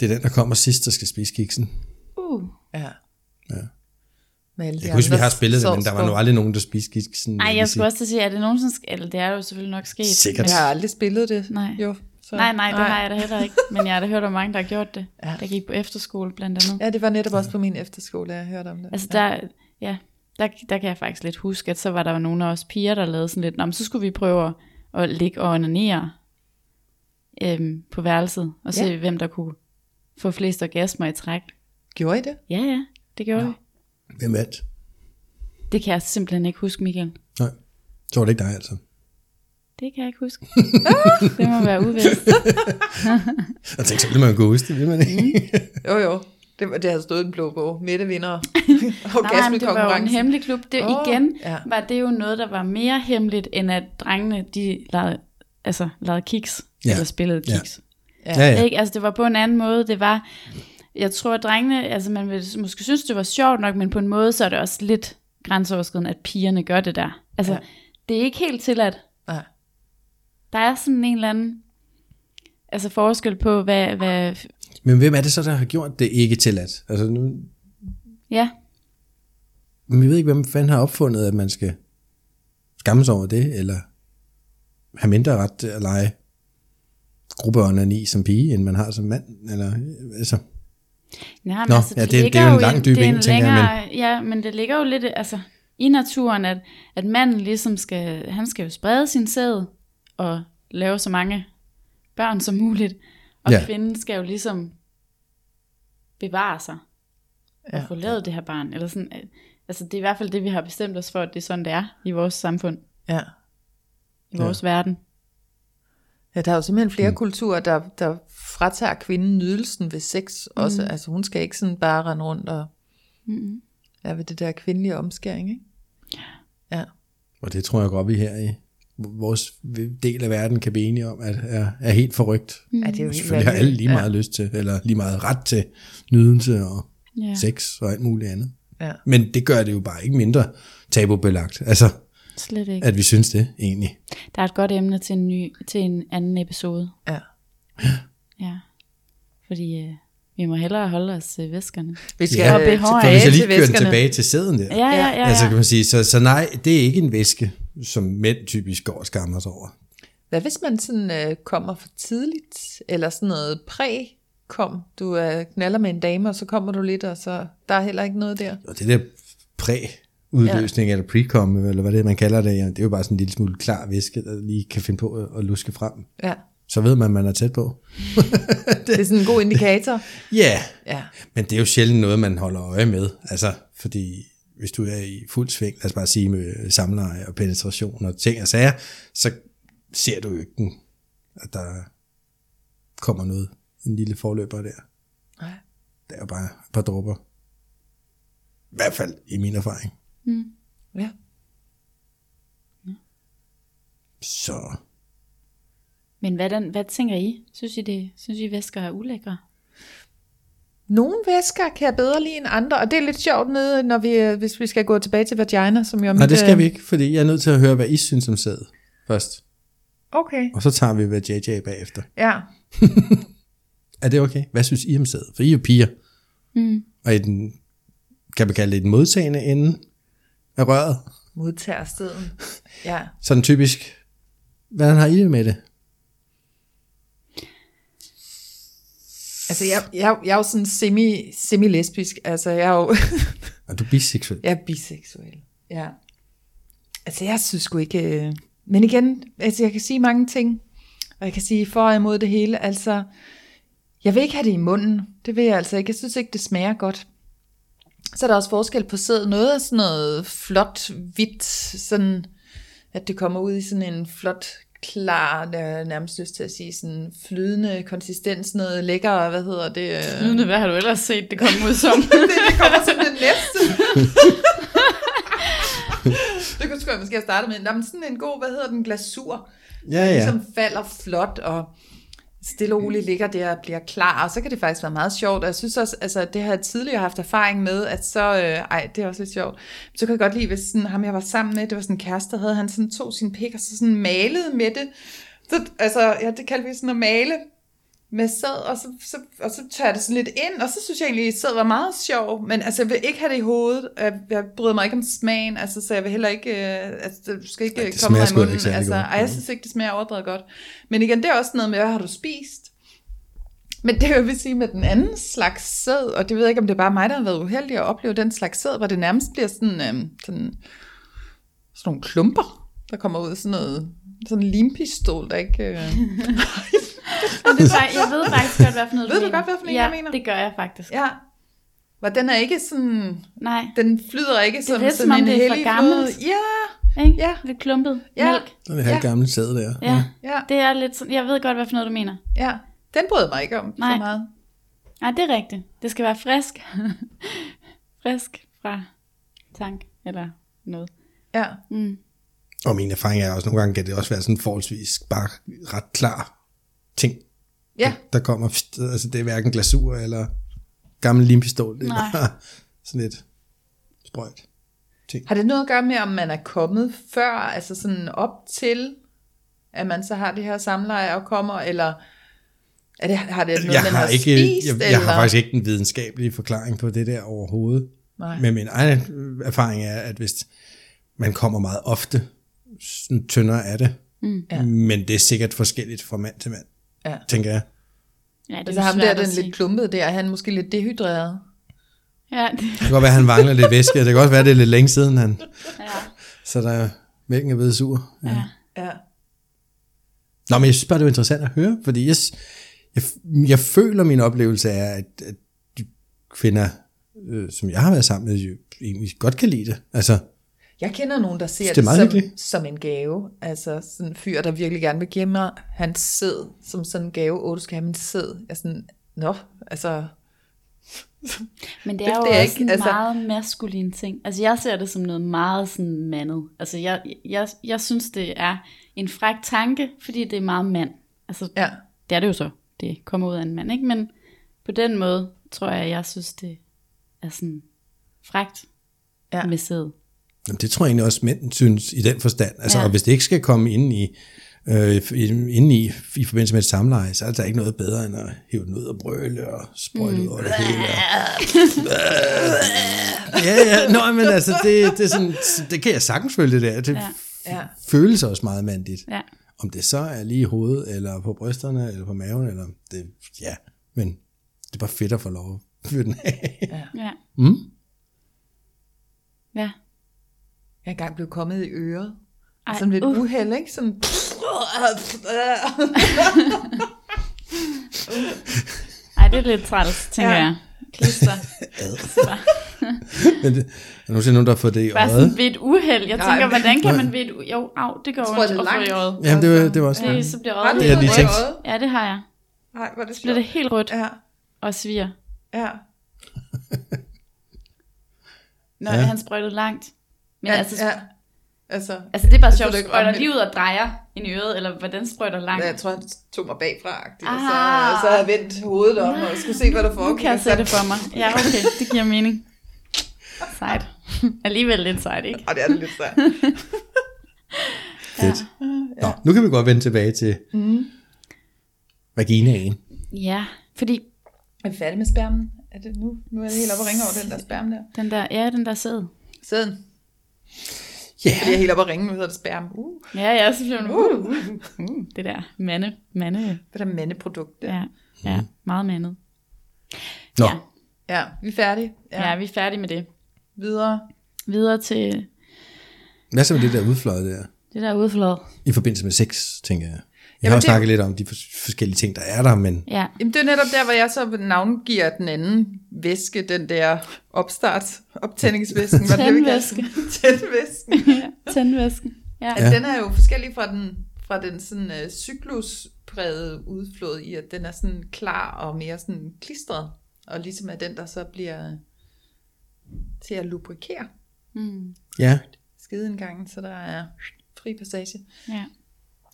S3: Det er den, der kommer sidst, der skal spise kiksen.
S2: Uh.
S4: Ja.
S3: Ja.
S4: Med alle de
S3: Jeg kan huske, vi
S4: andre
S3: har spillet det, men der var nu
S4: sovsgård.
S3: aldrig nogen, der spiste øh, kiksen.
S2: Nej,
S3: vil
S2: jeg
S3: sige.
S2: skulle også til at sige, er det nogensinde... sk- Eller det er jo selvfølgelig nok sket.
S3: Sikkert.
S4: Jeg har aldrig spillet det.
S2: Nej.
S4: Jo, så.
S2: Nej, nej, det har jeg da heller ikke. Men jeg har da hørt om mange, der har gjort det.
S4: Ja.
S2: Ja. Der gik på efterskole blandt andet. Ja.
S4: Ja, det var netop også på min efterskole, jeg hørte om det.
S2: Altså der, ja, der, der kan jeg faktisk lidt huske, at så var der jo nogle af os piger, der lavede sådan lidt, Nå, men så skulle vi prøve at, at ligge og onanere øhm, på værelset, og se,
S4: Ja.
S2: ja. hvem der kunne få flest orgasmer i træk.
S4: Gjorde I det?
S2: Ja, ja, det gjorde vi.
S3: Hvem vandt?
S2: Det kan jeg simpelthen ikke huske, Michael.
S3: Nej. Så var det ikke dig, altså.
S2: Det kan jeg ikke huske. Ah! det må være uvist.
S3: Jeg tænkte, så ville man jo kunne huske det, vil man ikke?
S4: Jo, jo. Det, var- det havde stået i den blå bog. Midtevinder.
S2: Nej, men det var jo en
S4: Orgasmekonkurrencen.
S2: hemmelig klub. Det,
S4: Åh,
S2: oh, igen
S4: ja.
S2: ja. var det jo noget, der var mere hemmeligt, end at drengene, de lavede, altså, lavede kiks,
S3: Ja.
S2: ja. eller spillede
S3: Ja.
S2: kiks.
S3: Ja,
S2: Ja.
S3: ja.
S2: Ikke? Altså, det var på en anden måde. Det var, jeg tror, at drengene, altså, man vil måske synes, det var sjovt nok, men på en måde, så er det også lidt grænseoverskridende, at pigerne gør det der. Altså,
S4: Ja.
S2: ja. det er ikke helt tilladt.
S4: Nej.
S2: Der er sådan en eller anden altså forskel på, hvad, hvad
S3: Men hvem er det så, der har gjort det ikke tilladt? Altså nu,
S2: ja,
S3: men vi ved ikke, hvem fanden har opfundet, at man skal skamme sig over det, eller have mindre ret til at lege gruppeonani som pige, end man har som mand, eller altså...
S2: Nej, men
S3: Nå,
S2: altså,
S3: ja,
S2: det,
S3: det
S2: det,
S3: er- det
S2: ligger
S3: er jo en
S2: i-
S3: lang dyb
S2: det er en
S3: en, tænker jeg,
S2: længere, men... Ja, men det ligger jo lidt altså, i naturen, at, at manden ligesom skal, han skal jo sprede sin sæd og lave så mange børn som muligt, og
S3: Ja.
S2: ja. kvinden skal jo ligesom bevare sig og
S4: Ja.
S2: ja. få lavet det her barn. Eller sådan, øh, altså, det er i hvert fald det, vi har bestemt os for, at det er sådan, det er i vores samfund,
S4: Ja.
S2: i vores ja. verden.
S4: ja, der er jo simpelthen flere mm. kulturer, der, der fratager kvinden nydelsen ved sex også.
S2: Mm.
S4: Altså hun skal ikke sådan bare rende
S2: Mm-hmm.
S4: rundt og mm. ja, ved det der kvindelige omskæring, ikke? Ja.
S3: Og det tror jeg godt, vi her i vores del af verden kan blive enige om, at er, er helt forrygt.
S4: Ja, det er jo
S3: Og
S4: helt
S3: selvfølgelig har alle lige
S4: vanvittigt.
S3: meget ja. lyst til, eller lige meget ret til nydelse og
S2: Ja.
S3: ja. sex og alt muligt andet.
S4: Ja.
S3: Men det gør det jo bare ikke mindre tabubelagt, altså
S2: Slet ikke.
S3: at vi synes det egentlig.
S2: Der er et godt emne til en, ny, til en anden episode.
S4: Ja. ja.
S2: Ja. Fordi øh, vi må hellere holde os til væskerne.
S4: Vi skal
S3: Ja,
S4: ja,
S2: og behøver.
S3: For hvis
S4: tilbage til
S3: jeg lige kører den
S4: væskerne.
S3: tilbage til sæden der,
S2: Ja, ja, ja. ja.
S3: altså kan man sige, så, så nej, det er ikke en væske, som mænd typisk går og skammer sig over.
S4: Hvad hvis man sådan øh, kommer for tidligt, eller sådan noget præ, kom, du øh, knaller med en dame, og så kommer du lidt, og så der er heller ikke noget der.
S3: Og det der præ-udløsning, ja. eller pre eller hvad det er, man kalder det, ja, det er jo bare sådan en lille smule klar væske, der lige kan finde på at- at luske frem.
S4: Ja.
S3: Så ved man, at man er tæt på.
S4: Det er sådan en god indikator.
S3: Ja, yeah.
S4: Ja.
S3: men det er jo sjældent noget, man holder øje med. Altså, fordi hvis du er i fuld sving, lad os bare sige med samleje og penetration og ting og sager, så ser du jo ikke, den, at der kommer noget, en lille forløber der.
S4: Nej.
S3: Der er jo bare et par dråber. I hvert fald i min erfaring.
S4: Ja.
S3: Så
S2: Men hvad, den, hvad tænker I? Synes I, det, synes I væsker er ulækre?
S4: Nogle væsker kan jeg bedre lide end andre, og det er lidt sjovt nede, når vi, øh, hvis vi skal gå tilbage til vagina, som jo er
S3: Nej,
S4: mit,
S3: det skal
S4: øh,
S3: vi ikke, fordi jeg er nødt til at høre, hvad I synes om sædet først.
S4: Okay,
S3: Og så tager vi, hvad JJ er bagefter.
S4: ja.
S3: Er det okay? Hvad synes I om sædet? For I er jo piger.
S2: Mm.
S3: Og i den, kan man kalde det, i den modtagende ende af røret.
S4: Modtager steden. Ja.
S3: Sådan typisk. Hvordan har I det med det?
S4: Altså, jeg, jeg, jeg er jo sådan semi, semi-lesbisk. Altså, jeg er jo
S3: Og du er biseksuel.
S4: jeg er biseksuel. Ja. Altså, jeg synes sgu ikke... øh, Men igen, altså, jeg kan sige mange ting, og jeg kan sige for og imod det hele. Altså, jeg vil ikke have det i munden. Det vil jeg altså ikke. Jeg synes ikke, det smager godt. Så er der også forskel på sæd. Noget er sådan noget flot, hvidt, sådan, at det kommer ud i sådan en flot, klar, der er nærmest lyst til at sige, sådan flydende konsistens, noget lækker, hvad hedder det? øh,
S2: Nydende, hvad har du ellers set det komme ud som?
S4: det kommer som det næste. det kunne sgu jeg måske have startet med. Nå, men sådan en god, hvad hedder den, glasur,
S3: Ja,
S4: ja.
S3: ja.
S2: Ligesom-
S4: som falder flot og stille og roligt ligger der og bliver klar, og så kan det faktisk være meget sjovt, og jeg synes også, altså det har jeg tidligere haft erfaring med, at så, øh, ej, det er også lidt sjovt, så kan jeg godt lide, hvis sådan, ham jeg var sammen med, det var sådan en kæreste, der havde han sådan tog sin pik, og så sådan malede med det, så, altså, ja, det kaldte vi sådan at male, med sæd, og så, så, og så tør jeg det sådan lidt ind, og så synes jeg egentlig, at sæd var meget sjov, men altså, jeg vil ikke have det i hovedet, og jeg, jeg bryder mig ikke om smagen, altså, så jeg vil heller ikke, øh, altså, du skal ikke
S3: Ej,
S4: Ej,
S3: det
S4: komme
S3: smager
S4: mig i
S3: sgu da
S4: munden,
S3: ikke særlig
S4: altså,
S3: godt. Mm.
S4: ej, jeg synes ikke, det smager overdrevet godt, men igen, det er også noget med, hvad har du spist? Men det jeg vil sige med den anden slags sæd, og det ved jeg ikke, om det er bare mig, der har været uheldig at opleve den slags sæd, hvor det nærmest bliver sådan, øh, sådan sådan nogle klumper, der kommer ud sådan noget, sådan en limpistol, der ikke... Øh...
S2: det er bare, jeg ved faktisk godt, hvad for noget
S4: Ved du
S2: mener.
S4: godt, hvad for en,
S2: ja,
S4: jeg mener?
S2: det gør jeg faktisk.
S4: Ja. Men den er ikke sådan...
S2: Nej,
S4: Den flyder ikke som,
S2: lidt,
S4: som,
S2: som om
S4: en
S2: det er for
S4: hellig
S2: gammelt.
S4: flod. Ja,
S2: ikke?
S4: Ja.
S2: Lidt klumpet
S4: Ja.
S2: mælk.
S3: Sådan en halv gammel sæde der.
S2: Ja.
S4: ja,
S2: Det er lidt sådan, jeg ved godt, hvad for noget du mener.
S4: ja. Den bryder jeg mig ikke om
S2: Nej.
S4: så meget.
S2: Nej, det er rigtigt. Det skal være frisk. frisk fra tank eller noget.
S4: Ja,
S2: Mm.
S3: Og min erfaring er også, nogle gange kan det også være sådan forholdsvis bare ret klar ting,
S4: ja.
S3: der kommer. Pst, Altså det er hverken glasur eller gammel limpistol. Det
S2: Nej.
S3: er bare sådan lidt sprøjt.
S4: Har det noget at gøre med, om man er kommet før, altså sådan op til, at man så har det her samleje og kommer, eller er det, har det noget,
S3: jeg
S4: man
S3: har,
S4: har
S3: ikke,
S4: spist?
S3: jeg, jeg
S4: eller?
S3: har faktisk ikke en videnskabelig forklaring på det der overhovedet.
S4: Nej.
S3: Men min egen øh, erfaring er, at hvis man kommer meget ofte, sådan tyndere er det. Mm.
S4: Ja.
S3: Men det er sikkert forskelligt fra mand til mand,
S4: Ja.
S3: tænker jeg.
S2: Ja, det er
S4: Altså
S2: jo
S4: ham der,
S2: svært at
S4: den
S2: sige.
S4: lidt klumpede der, er han måske lidt dehydreret.
S2: Ja, det,
S3: Det kan godt være, at han mangler lidt væske, og det kan også være, at det er lidt længe siden, han.
S2: ja.
S3: så der mælken er blevet sur. Ja.
S2: ja.
S4: Ja.
S3: Nå, men jeg synes bare, det var interessant at høre, fordi jeg, s- jeg, f- jeg føler, min oplevelse er, at, at de kvinder, øh, som jeg har været sammen med, jo egentlig godt kan lide det. Altså,
S4: Jeg kender nogen, der ser
S3: det er
S4: det,
S3: meget
S4: det som,
S3: hyggeligt.
S4: som en gave. Altså sådan en fyr, der virkelig gerne vil give mig hans sæd, som sådan en gave. Åh, du skal have min sæd. Jeg er sådan, nå, altså,
S2: Men det
S4: Det-
S2: er jo
S4: det er
S2: også
S4: ikke-
S2: en
S4: altså-
S2: meget maskulin ting. Altså jeg ser det som noget meget sådan mandet. Altså jeg, jeg, jeg synes, det er en fræk tanke, fordi det er meget mand. Altså
S4: Ja.
S2: det er det jo så. Det kommer ud af en mand, ikke? Men på den måde tror jeg, jeg synes, det er sådan frækt
S4: Ja.
S2: ja. med sæd.
S3: Jamen, det tror jeg egentlig også, mænd synes i den forstand. Altså, ja.
S2: Ja.
S3: og hvis det ikke skal komme ind i, øh, ind i, i forbindelse med et samleje, så er der ikke noget bedre end at hive den ud og brøle og sprøjte mm. ud over det hele. Og... ja, ja, nå, men altså, det, det, er sådan, det kan jeg sagtens følge det der. Det ja.
S4: Ja.
S3: føles også meget mandigt.
S2: Ja.
S3: Om det så er lige i hovedet, eller på brysterne, eller på maven, eller det, ja, men det er bare fedt at få lov at fyre den af.
S2: Ja.
S3: Mm.
S2: Ja.
S4: Jeg er engang blevet kommet i øret. Ej,
S2: Ej,
S4: sådan lidt
S2: uh.
S4: uh. uheld, ikke? Sådan...
S2: Ej, det er lidt træls, tænker
S4: Ja.
S2: ja. jeg. Klister.
S3: Men det, er der nogensinde nogen, der har fået det i
S2: Bare
S3: øjet?
S2: sådan ved et uheld. Jeg
S4: Nej,
S2: tænker,
S4: men-
S2: hvordan kan man ved et uheld? Jo, au, det går
S4: tror, det er
S2: ondt at få i
S4: langt.
S2: øjet.
S3: Jamen, det var, det var også
S2: Det, så bliver
S4: Har du
S2: øjet.
S3: Det er
S4: fået
S3: lige
S4: noget i
S3: tænkt.
S4: øjet?
S2: Ja, det har jeg.
S4: Nej, hvor er det
S2: Så bliver det
S4: sjovt.
S2: helt rødt
S4: Ja,
S2: og sviger.
S4: ja.
S2: Når
S3: Ja.
S2: ja. han sprøjtede langt. Men
S4: ja,
S2: ja, altså, ja.
S4: ja. Altså,
S2: altså, det er bare
S4: Jeg
S2: sjovt,
S4: tror, det
S2: at
S4: er
S2: sprøjter
S4: omvendt.
S2: lige ud og drejer ind i øret, eller hvordan sprøjter langt.
S4: ja, jeg tror, han tog mig bagfra. Ah. Og så,
S2: Ah.
S4: så havde jeg vendt hovedet om og skulle se, hvad der
S2: nu
S4: foregik.
S2: kan jeg
S4: og
S2: se
S4: så-
S2: det for mig. Ja, okay, det giver mening. Sejt. Alligevel lidt sejt, ikke?
S4: Og det er det lidt svært.
S3: Fedt. Ja. Nå, nu kan vi godt vende tilbage til mm. vaginaen.
S2: Ja, fordi
S4: Er vi færdige med spermen? Er det nu? Nu er jeg helt oppe og ringe over den der sperm der.
S2: den der, ja, den der sæd.
S4: Sæden.
S3: Ja,
S4: Jeg er helt oppe og ringe, nu hedder det sperm. Uh,
S2: Ja, ja, så blev den, uh, uh, uh, det der mande, mande,
S4: det der mandeprodukt. Ja.
S2: ja, ja, meget mandet.
S3: Nå.
S2: Ja,
S4: ja, vi er færdige.
S2: ja, vi er færdige med det.
S4: Videre.
S2: Videre til
S3: hvad så med det der udfløjet der?
S2: det der udflod. I
S3: I forbindelse med sex, tænker jeg. Jeg har
S4: Jamen,
S3: jo
S4: det-
S3: snakket lidt om de fors- forskellige ting, der er der, men
S2: Ja,
S4: Jamen, det er netop der, hvor jeg så navngiver den anden væske, den der opstart, optændingsvæsken. hvad det, vi kalder den? Tændvæsken.
S2: tændvæsken. Ja.
S4: Altså, ja. den er jo forskellig fra den, fra den sådan øh, cyklusprægede udflod i, at den er sådan klar og mere sådan klistret. Og ligesom er den, der så bliver øh, til at lubrikere
S2: Mm,
S3: ja,
S4: skideindgangen, så der er fri passage.
S2: ja.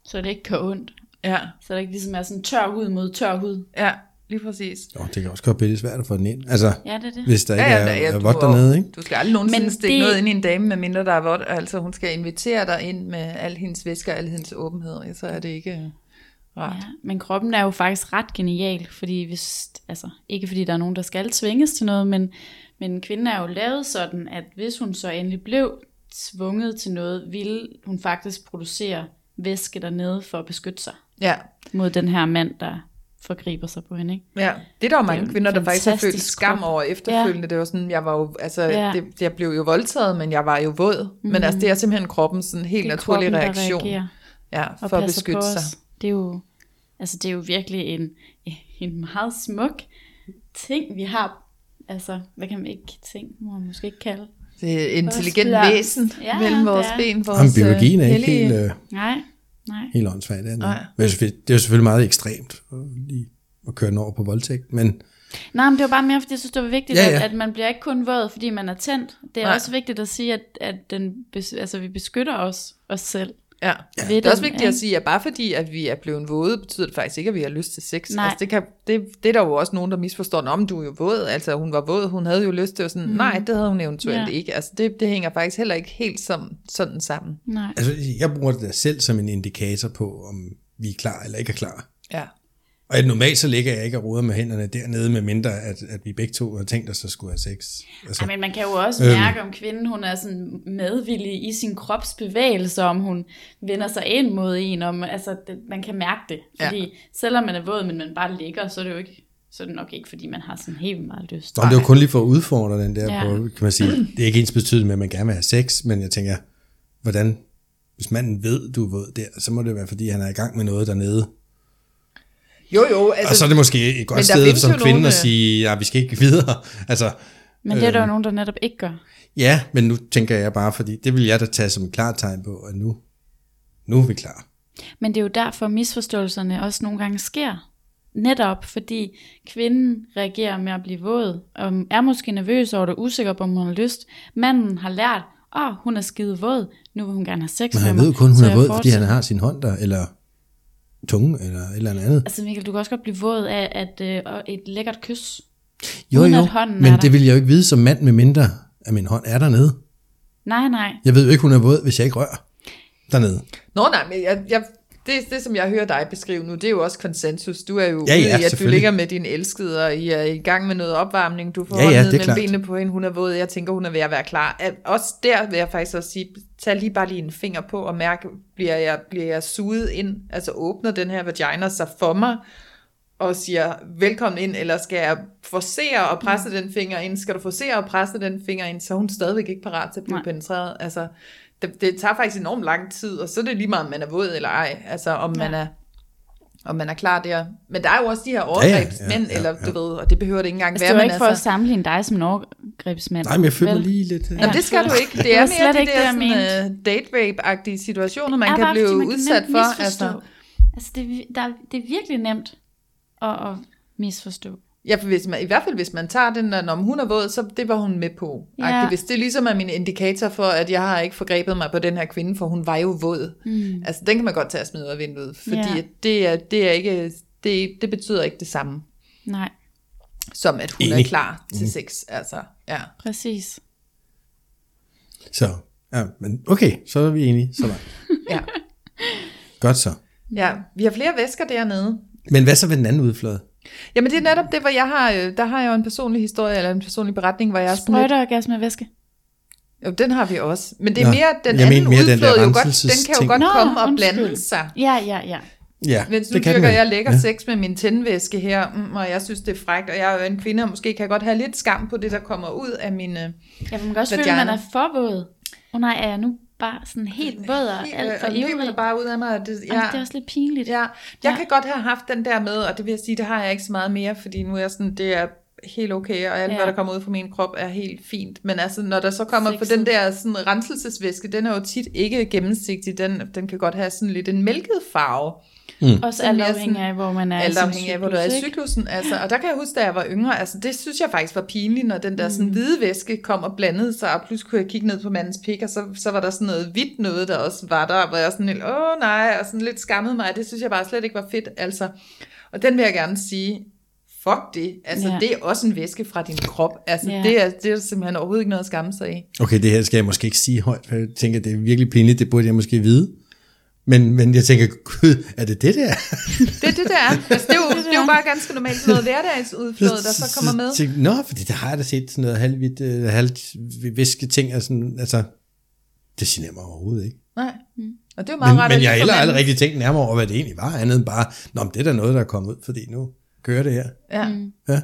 S2: Så det ikke kan ondt.
S4: Ja,
S2: Så der ikke ligesom er sådan tør hud mod tør hud.
S4: ja, lige præcis.
S3: jo, det kan også godt blive lidt svært at få den ind. Altså,
S2: Ja, det er det.
S3: hvis der ikke ja, ja,
S4: da-
S3: er, er
S4: du
S3: vådt
S4: har-
S3: dernede, ikke?
S4: Du skal aldrig nogensinde
S2: Men
S4: stikke
S2: det-
S4: noget ind i en dame, medmindre der er vådt. Altså, hun skal invitere dig ind med al hendes væsker og al hendes åbenhed, ja, så er det ikke øh, rart.
S2: Ja, men kroppen er jo faktisk ret genial, fordi hvis, altså, ikke fordi der er nogen, der skal tvinges til noget, men, men kvinden er jo lavet sådan, at hvis hun så endelig blev tvunget til noget, ville hun faktisk producere væske dernede for at beskytte sig
S4: Ja,
S2: mod den her mand, der forgriber sig på hende. Ikke?
S4: Ja, det er der jo
S2: Det er
S4: mange
S2: en
S4: kvinder, der faktisk har følt
S2: fantastisk
S4: skam
S2: krop.
S4: over efterfølgende. Ja. Det var sådan, jeg var jo, altså, ja.
S2: Ja. Mhm.
S4: det, jeg blev jo voldtaget, men jeg var jo våd. Mm. Men altså, det er simpelthen kroppens sådan helt
S2: Det er
S4: naturlig
S2: kroppen, der
S4: reaktion
S2: reagerer
S4: ja,
S2: og
S4: for at
S2: passer
S4: beskytte
S2: på
S4: sig.
S2: os. Det er jo, altså, det er jo virkelig en, en meget smuk ting, vi har. Altså, hvad kan man ikke ting, må man måske ikke kalde.
S4: Det er et intelligent
S2: Vores blomst.
S4: væsen
S2: Ja,
S4: mellem
S2: det
S4: vores
S2: er.
S4: ben. Vores,
S3: Jamen, biologien er
S4: øh,
S3: ikke helt,
S4: hellige-
S3: øh,
S2: Nej, nej.
S3: helt åndssvagt. Det er, den.
S4: Nej.
S3: Men det er selvfølgelig- det er jo selvfølgelig meget ekstremt at, lige at køre den over på voldtægt, men
S2: Nej, men det var bare mere, fordi jeg synes, det var vigtigt,
S3: Ja,
S2: ja,
S3: ja.
S2: ja. At, at man bliver ikke kun våd, fordi man er tændt. Det er
S4: Nej.
S2: Nej. også vigtigt at sige, at, at den, bes- altså, vi beskytter os, os selv.
S4: Ja.
S2: Ja.
S4: Det er også vigtigt at sige, at bare fordi, at vi er blevet våde, betyder det faktisk ikke, at vi har lyst til sex.
S2: Nej.
S4: Altså, det, kan, det, det er der jo også nogen, der misforstår, om du er jo våd, altså hun var våd, hun havde jo lyst til, og sådan, mm. nej, det havde hun eventuelt
S2: Ja.
S4: ikke. Altså det, det hænger faktisk heller ikke helt som, sådan sammen.
S2: Nej.
S3: altså, jeg bruger det der selv som en indikator på, om vi er klar eller ikke er klar.
S4: Ja.
S3: Og at normalt så ligger jeg ikke og ruder med hænderne dernede, med mindre at, at vi begge to har tænkt os at skulle have sex. Altså,
S2: Ja, men man kan jo også
S3: Øhm.
S2: mærke, om kvinden hun er sådan medvillig i sin kropsbevægelse, om hun vender sig ind mod en, om, altså, det, man kan mærke det.
S4: Ja.
S2: Fordi selvom man er våd, men man bare ligger, så er det jo ikke, så er det nok ikke, fordi man har sådan helt vildt meget lyst.
S3: Nå, men det var kun lige for at udfordre den der, ja.
S2: Ja.
S3: på, kan man sige. Det er ikke ens betydning med, at man gerne vil have sex, men jeg tænker, hvordan, hvis manden ved, du er våd der, så må det være, fordi han er i gang med noget dernede.
S4: Jo, jo.
S3: Altså, og så er det måske et godt
S4: men der
S3: sted
S4: findes
S3: som
S4: jo
S3: kvinde
S4: nogle,
S3: at
S4: øh,
S3: sige, ja, vi skal ikke videre. Altså,
S2: Men det er der jo nogen, der netop ikke gør.
S3: ja, men nu tænker jeg bare, fordi det vil jeg da tage som et klart tegn på, at nu, nu er vi klar.
S2: Men det er jo derfor misforståelserne også nogle gange sker Netop fordi kvinden reagerer med at blive våd, og er måske nervøs over det, usikker på, om hun har lyst. Manden har lært, åh, oh, hun er skide våd, nu vil hun gerne have sex
S3: Men
S2: med
S3: han
S2: mig.
S3: ved jo kun, hun
S2: så
S3: er
S2: jeg
S3: våd, fordi han
S2: fortsætter."
S3: har sin hånd der, eller tunge, eller et eller andet.
S2: Altså Mikkel, du kan også godt blive våd af at, øh, og et lækkert kys.
S3: Jo,
S2: uden
S3: jo,
S2: at hånden er
S3: men
S2: der.
S3: det vil jeg jo ikke vide som mand, med mindre at min hånd er dernede.
S2: Nej, nej.
S3: Jeg ved jo ikke, hun er våd, hvis jeg ikke rører dernede.
S4: Nå nej, men jeg, jeg, det, det som jeg hører dig beskrive nu, det er jo også konsensus. Du er jo
S3: Ja,
S4: ude
S3: ja,
S4: i, at du
S3: selvfølgelig.
S4: ligger med din elskede, og I er i gang med noget opvarmning. Du får
S3: Ja, ja,
S4: ja, ja,
S3: det er
S4: ned mellem
S3: klart.
S4: benene på hende, hun er våd, jeg tænker, hun er ved at være klar. At- Også der vil jeg faktisk også sige, tag lige bare lige en finger på og mærk, bliver jeg, bliver jeg suget ind, altså åbner den her vagina sig for mig, og siger velkommen ind, eller skal jeg forsere og presse
S2: Mm.
S4: den finger ind? Skal du forsere og presse den finger ind, så er hun stadigvæk ikke parat til at blive
S2: Nej.
S4: Nej. penetreret. Altså, det, det tager faktisk enormt lang tid, og så er det lige meget, om man er våd eller ej, altså om man er om man er klar der. Men der er jo også de her overgrebsmænd, ja, ja, ja, ja. eller du ved, og det behøver det ikke engang
S2: Altså, det
S4: være,
S2: var
S4: men
S2: ikke for at
S4: altså...
S2: sammenligne dig som en overgrebsmand.
S3: Nej, men jeg føler
S2: vel?
S3: mig lige lidt... øh,
S4: Jamen, det skal du ikke. Det
S2: var
S4: er
S2: slet
S4: mere de
S2: ikke det, jeg
S4: der sådan, uh, date rape-agtige situationer, man
S2: Er
S4: kan
S2: bare,
S4: blive
S2: fordi man
S4: udsat
S2: nemt
S4: for.
S2: misforstå.
S4: Altså,
S2: altså det, er vi- der, det er virkelig nemt at, at misforstå.
S4: Ja, for hvis man, i hvert fald hvis man tager den, når hun er våd, så det var hun med på.
S2: Ja.
S4: Ja. Hvis det ligesom er min indikator for, at jeg har ikke forgrebet mig på den her kvinde, for hun var jo våd. Mm. Altså, den kan man godt tage og smide ud af vinduet, fordi
S2: Ja.
S4: ja. det, er, det, er ikke, det, det betyder ikke det samme,
S2: Nej,
S4: som at hun
S3: Enig. Mm.
S4: er klar til sex. Altså, ja.
S2: præcis.
S3: Så, ja, men okay, så er vi enige, så langt.
S4: Ja.
S3: Godt så.
S4: ja. Vi har flere væsker dernede.
S3: Men hvad så ved den anden udflade?
S4: Jamen, det er netop det, hvor jeg har, øh, der har jeg jo en personlig historie, eller en personlig beretning, hvor jeg er sådan lidt-
S2: Sprøjter og gas med væske.
S4: Jo, den har vi også. Men det er
S3: Nå,
S4: mere, den
S3: jeg
S4: anden
S3: mente mere den der
S4: udflod jo godt, den kan
S3: renselses-ting.
S4: jo godt
S2: Nå,
S4: komme og
S2: undskyld.
S4: blande sig.
S2: Ja, ja, ja.
S3: Ja,
S4: Hvis nu
S3: det kan
S4: dyrker
S3: den jo.
S4: jeg lækker ja. sex med min tændvæske her, mm, og jeg synes, det er frækt, og jeg er jo en kvinde, og måske kan jeg godt have lidt skam på det, der kommer ud af øh, mine...
S2: Jeg kan godt
S4: Vagina.
S2: føle, at man er for våd. Åh oh, nej, er jeg nu bare sådan helt våd og alt for
S4: øh, og løber
S2: ivrig?
S4: det bare ud af mig. Og det,
S2: Ja. Det er også lidt pinligt.
S4: Ja, jeg
S2: Ja.
S4: ja. kan godt have haft den der med, og det vil jeg sige, det har jeg ikke så meget mere, fordi nu er jeg sådan, det er helt okay, og alt
S2: Ja.
S4: ja. hvad der kommer ud fra min krop er helt fint. Men altså, når der så kommer for
S2: Sexet.
S4: den der sådan, renselsesvæske, den er jo tit ikke gennemsigtig, den, den kan godt have sådan lidt en mælket farve.
S2: Også
S4: Sådan
S2: alt
S4: mere
S2: afhængig af, hvor man er. i
S4: alt
S2: sin
S4: afhængig af, hvor du
S2: cyklus,
S4: er i
S2: ikke?
S4: cyklusen. Altså, og der kan jeg huske, da jeg var yngre, altså, det synes jeg faktisk var pinligt, når den der sådan, hvide væske kom og blandede sig, og pludselig kunne jeg kigge ned på mandens pik, og så, så var der sådan noget hvidt noget, der også var der, hvor jeg sådan lidt, åh nej, og sådan lidt skammede mig, det synes jeg bare slet ikke var fedt. Altså. Og den vil jeg gerne sige, fuck det, altså
S2: Ja.
S4: det er også en væske fra din krop, altså
S2: Ja.
S4: det, er, det er simpelthen overhovedet ikke noget at skamme sig i.
S3: Okay, det her skal jeg måske ikke sige højt, for jeg tænker, det er virkelig pinligt, det burde jeg måske vide. Men, men jeg tænker, gud, er det det der?
S4: Det er det, der er. Altså, det, er jo, det er jo bare ganske normalt sådan noget hverdagsudflod, der så kommer med.
S3: Tænk, Nå, fordi der har jeg da set sådan noget halvvidt, øh, halvviske ting, og sådan, altså, det generer mig overhovedet ikke.
S4: Nej. Og det er jo meget
S3: Men,
S4: rart, at
S3: men
S4: lige
S3: jeg har
S4: få
S3: heller aldrig
S4: manden-
S3: rigtig tænkt nærmere over, hvad det egentlig var, andet end bare, nå, men det er da noget, der er kommet ud, fordi nu kører det her.
S4: Ja.
S3: Ja.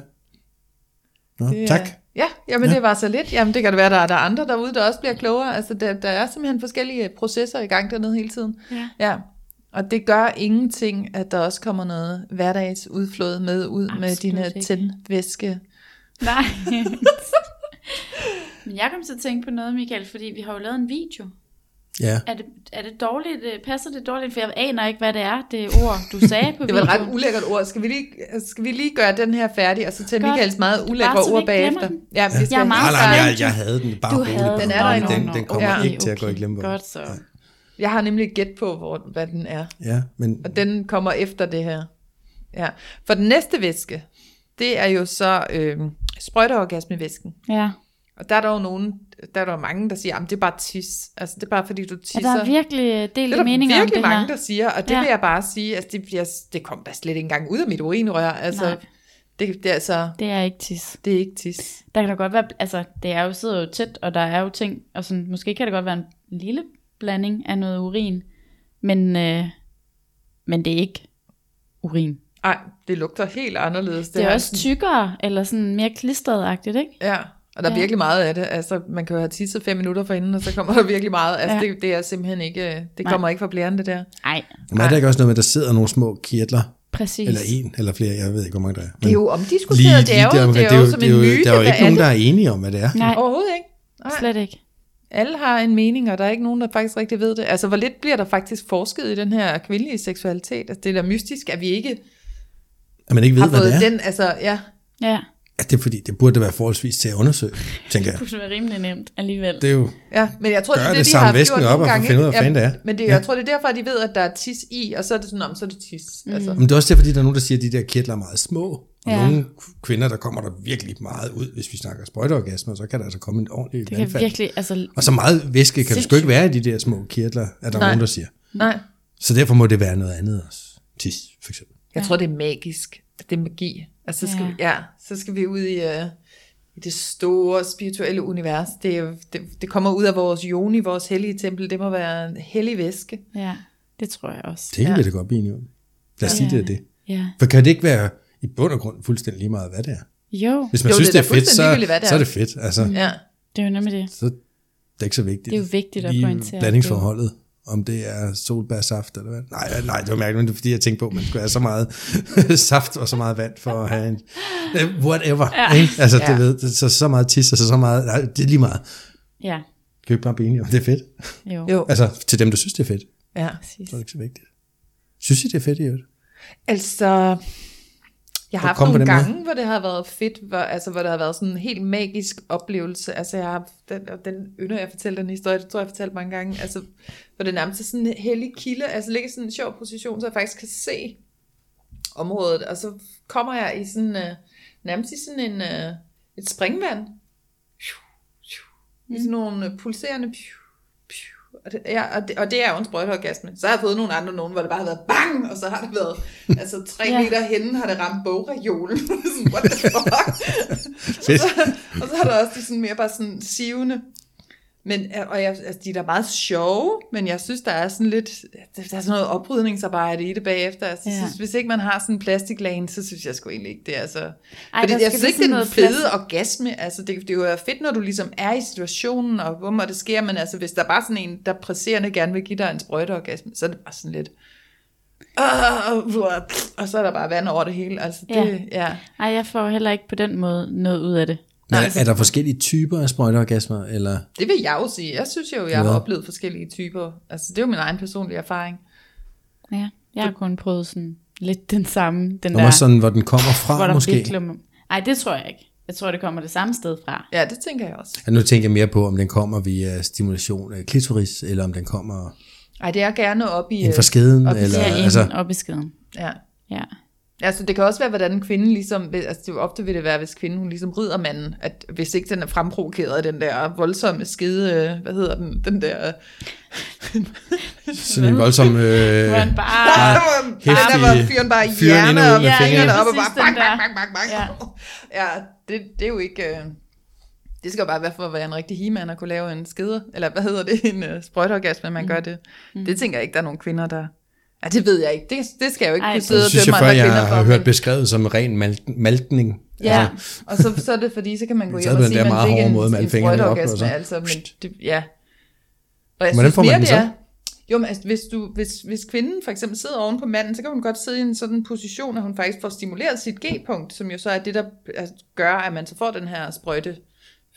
S3: Nå,
S4: Det er-
S3: tak.
S4: Ja, jamen ja. det var så lidt. Jamen det kan det være, der er der er andre derude, der også bliver klogere. Altså der, der er simpelthen forskellige øh, processer i gang dernede hele tiden.
S2: Ja.
S4: ja. Og det gør ingenting, at der også kommer noget hverdagsudflod med ud Absolut med
S2: Absolut
S4: dine
S2: ikke.
S4: ikke. tændvæske.
S2: Nej. Men jeg kom til at tænke på noget, Michael, fordi vi har jo lavet en video.
S3: Ja.
S2: Er det, er det dårligt? øh, Passer det dårligt? For jeg aner ikke, hvad det er, det ord, du sagde på
S4: Det var et
S2: videoen.
S4: ret ulækkert ord. Skal vi lige, øh, skal vi lige gøre den her færdig, og så tage
S2: Godt.
S4: Michaels meget
S2: Bare så
S4: ulækre
S2: vi
S4: ord
S2: ikke glemmer
S4: bagefter?
S2: den.
S4: Ja, vi skal
S2: Jeg er meget
S3: Nej, nej,
S2: Ej,
S3: jeg, jeg havde den bare
S2: Du
S3: roligt
S2: havde
S3: på
S4: Ah, den.
S2: Nå,
S4: Den er der
S2: nå,
S4: endnu.
S3: den, den
S2: nå,
S3: kommer
S2: okay,
S3: ikke til at gå i
S2: okay.
S3: glemmebogen.
S2: Godt så.
S4: Jeg har nemlig et gæt på, hvor, hvad den er.
S3: Ja, men
S4: Og den kommer efter det her. Ja. For den næste væske, det er jo så øh, sprøjteorgasmevæsken.
S2: Ja.
S4: Og der er der jo nogen, der er der jo mange, der siger, at det er bare tis. Altså, det er bare fordi, du tisser.
S2: Er der er virkelig øh, del
S4: det er
S2: i
S4: der
S2: meninger om
S4: virkelig
S2: det
S4: mange,
S2: her?
S4: der siger, og det
S2: Ja.
S4: ja. vil jeg bare sige, altså, det, bliver, det kom da slet ikke engang ud af mit urinrør. Altså,
S2: Nej.
S4: det, det, er altså,
S2: Det er ikke tis.
S4: det er ikke tis.
S2: Der kan da godt være, altså det er jo, sidder jo tæt, og der er jo ting, og sådan, måske kan det godt være en lille blanding af noget urin, men, øh, men det er ikke urin.
S4: Ej, det lugter helt anderledes.
S2: Det er,
S4: her.
S2: også tykkere, eller sådan mere klistret-agtigt, ikke?
S4: Ja, og der er
S2: Ja.
S4: virkelig meget af det. Altså, man kan jo have tisset fem minutter forinden, og så kommer der virkelig meget. Altså,
S2: Ja.
S4: ja. det, det er simpelthen ikke, øh, det
S2: Nej.
S4: kommer ikke fra blæren, det der.
S2: Nej,
S3: Men er der ikke også noget med, at der sidder nogle små kirtler,
S2: præcis.
S3: eller en, eller flere, jeg ved ikke, hvor mange der er.
S4: Det er jo omdiskuteret, det er jo,
S3: deromkring,
S4: det er jo som en myte,
S3: Der er jo ikke nogen,
S4: det.
S3: der er enige om, hvad det er.
S2: Nej,
S4: Overhovedet ikke. Nej.
S2: slet ikke.
S4: Alle har en mening, og der er ikke nogen, der faktisk rigtig ved det. Altså, hvor lidt bliver der faktisk forsket i den her kvindelige seksualitet? Altså, det er da mystisk, at vi ikke
S3: At man ikke ved,
S4: Har
S3: hvad det
S4: fået
S3: er. Den...
S4: den, altså, ja.
S2: Ja,
S3: At det er fordi, det burde da være forholdsvis til at undersøge, tænker jeg.
S2: det kunne være rimelig nemt alligevel.
S3: Det er jo...
S4: Ja, men jeg tror,
S3: Gør
S4: det er
S3: det,
S4: det, de
S3: samle
S4: har gjort
S3: væsken op
S4: nogle
S3: og
S4: gange,
S3: finde ud af,
S4: ikke?
S3: hvad fanden det er.
S4: Ja, Men det, jeg tror, det er derfor, at de ved, at der er tis i, og så er det sådan, om, så er det tis. Mm. Altså.
S3: Men det er også derfor, fordi der er nogen, der siger, at de der kirtler er meget små. Og ja.
S2: Ja.
S3: nogle kvinder, der kommer der virkelig meget ud, hvis vi snakker sprøjteorgasmer, så kan der altså komme en ordentlig
S2: Det kan
S3: vandfald.
S2: virkelig, altså,
S3: Og så meget væske kan du sgu
S2: Sindssygt.
S3: ikke være i de der små kirtler, er der
S4: Nej.
S3: nogen, der siger.
S4: Nej.
S3: Så derfor må det være noget andet også. Tis, for eksempel.
S4: Jeg tror, det er magisk. Det er magi. Og så skal, ja.
S2: Ja.
S4: Vi, ja, så skal vi ud i, øh, i det store spirituelle univers. Det, er jo- det, det kommer ud af vores joni, vores hellige tempel. Det må være en hellig væske.
S2: ja, det tror jeg også.
S3: Det ja. vil det godt blive enige om. Lad os ja. sige, det er det.
S2: Ja.
S3: For kan det ikke være i bund og grund fuldstændig lige meget, hvad det er?
S2: Jo,
S3: Hvis man
S4: Jo,
S3: jo, synes,
S4: det er
S3: det
S4: da
S3: er, fedt, så,
S4: fuldstændig ligegyldigt, hvad det
S3: så er
S4: er. Mm.
S3: det fedt. Altså,
S4: Ja.
S2: det er jo nemlig det.
S3: så det er ikke så vigtigt.
S2: Det er jo vigtigt at
S3: Lige
S2: pointere,
S3: Blandingsforholdet, om det er solbærsaft eller hvad. Nej, nej, det var mærkeligt, men det er fordi, jeg tænkte på, at man skulle have så meget saft og så meget vand for at have en... Eh, Whatever. Ja. Ikke? Altså, ja.
S4: Ja.
S3: det ved, det- så, så meget tis og så, så meget... Nej, det er lige meget.
S2: Ja,
S3: Kan vi ikke bare blive enige om, det er fedt?
S2: jo.
S4: Jo.
S3: Altså, til dem, der synes, det er fedt,
S4: Ja.
S2: Præcis.
S3: så er det ikke så vigtigt. Synes I, det er fedt i øvrigt?
S4: Altså, jeg har haft
S3: kom på
S4: nogle
S3: den måde.
S4: gange, hvor det har været fedt, hvor, altså, hvor der har været sådan en helt magisk oplevelse. Altså, jeg har haft den, og den ynder jeg at fortælle den historie, det tror jeg, jeg har fortalt mange gange. Altså, hvor det nærmest er sådan en hellig kilde, altså ligger i sådan en sjov position, så jeg faktisk kan se området, og så kommer jeg i sådan, øh, nærmest i sådan en, øh, et springvand. I sådan nogle øh, pulserende piu, piu. Og det, ja, og, det, og det er jo en sprøjteorgasme. Så har jeg fået nogle andre nogen, hvor det bare har været bang, og så har det været, altså tre
S2: Ja.
S4: meter henne har det ramt bogreolen. Sådan, What the fuck?
S3: Fedt.
S4: og så har der også de sådan mere bare sådan sivende. Men, øh, og jeg, altså, de er da meget sjove, men jeg synes, der er sådan lidt, der er sådan noget oprydningsarbejde i det bagefter. Altså, ja.
S2: Ja.
S4: synes, hvis ikke man har sådan en plastiklane, så synes jeg sgu egentlig ikke det. er Altså. Ej,
S2: der
S4: Fordi
S2: skal
S4: jeg synes
S2: ligesom
S4: ikke, det er den
S2: noget
S4: fede orgasme. Altså, det, det er jo fedt, når du ligesom er i situationen, og hvor må det sker, men altså, hvis der er bare sådan en, der presserende gerne vil give dig en sprøjteorgasme, så er det bare sådan lidt, "Åh, uah," og så er der bare vand over det hele. Altså, det, ja.
S2: Ja.
S4: ja.
S2: Ej, jeg får heller ikke på den måde noget ud af det.
S3: Men
S4: Nej,
S2: Altså-
S3: er, er der forskellige typer af sprøjteorgasmer, eller...
S4: Det vil jeg jo sige. Jeg synes jo, jeg har
S3: Ja.
S4: oplevet forskellige typer. Altså, det er jo min egen personlige erfaring.
S2: Ja, jeg har kun prøvet sådan lidt den samme, den
S3: Nå,
S2: der,
S3: også sådan, hvor den kommer fra,
S2: hvor der
S3: måske.
S2: virkelig... Ej, det tror jeg ikke. Jeg tror, det kommer det samme sted fra.
S4: Ja, det tænker jeg også.
S3: Ja, nu tænker jeg mere på, om den kommer via stimulation af klitoris, eller om den kommer
S4: Ej, det er gerne op i...
S3: inden for
S4: øh,
S3: skeden,
S4: op i-
S3: eller
S2: Ja, inden
S3: altså,
S2: altså... op i skeden.
S4: Ja.
S2: Ja.
S4: Altså, det kan også være, hvordan kvinden ligesom... vil- Altså, det er jo ofte vil det være, hvis kvinden hun ligesom rider manden, at hvis ikke den er fremprovokeret af den der voldsomme skide... øh, Hvad hedder den? Den der...
S3: sådan en voldsom øh,
S2: Hvor han bare...
S4: Ah,
S3: hæftig-
S4: der var fyren bare i
S3: fyren ind
S4: hjerner
S3: og ud
S4: og
S3: med
S4: ja,
S3: fingrene.
S4: fingrene op og
S2: Ja,
S4: bare
S2: præcis, den
S4: bang,
S2: der.
S4: bang, bang, bang, bang. Ja, ja det, det er jo ikke... øh, Det skal jo bare være for at være en rigtig he at kunne lave en skide, eller hvad hedder det, en uh, sprøjteorgasme, at man
S2: Mm.
S4: gør det. Det tænker jeg ikke, der er nogen kvinder, der... Ja, det ved jeg ikke. Det, det skal jeg jo ikke
S2: Ej,
S4: kunne
S2: det
S4: sidde
S3: det
S4: og
S3: synes jeg
S4: dømme
S3: før,
S4: andre
S3: jeg
S4: kvinder for.
S3: har
S4: men-
S3: hørt beskrevet som ren mal- maltning.
S4: Ja,
S3: Altså,
S4: og så, så er det fordi, så kan man gå
S3: Så
S4: hjem
S3: er
S4: og
S3: det den
S4: sige,
S3: der
S4: at
S3: meget
S4: man fik
S3: hårde
S4: en,
S3: måde, man
S4: en
S3: fingeren op, og så-
S4: sprøjteorgasme, altså, men det, ja. Og jeg
S3: Hvordan får man den så?
S4: er- jo, men altså, hvis, du, hvis, hvis kvinden for eksempel sidder oven på manden, så kan hun godt sidde i en sådan position, at hun faktisk får stimuleret sit G-punkt, som jo så er det, der altså, gør, at man så får den her sprøjte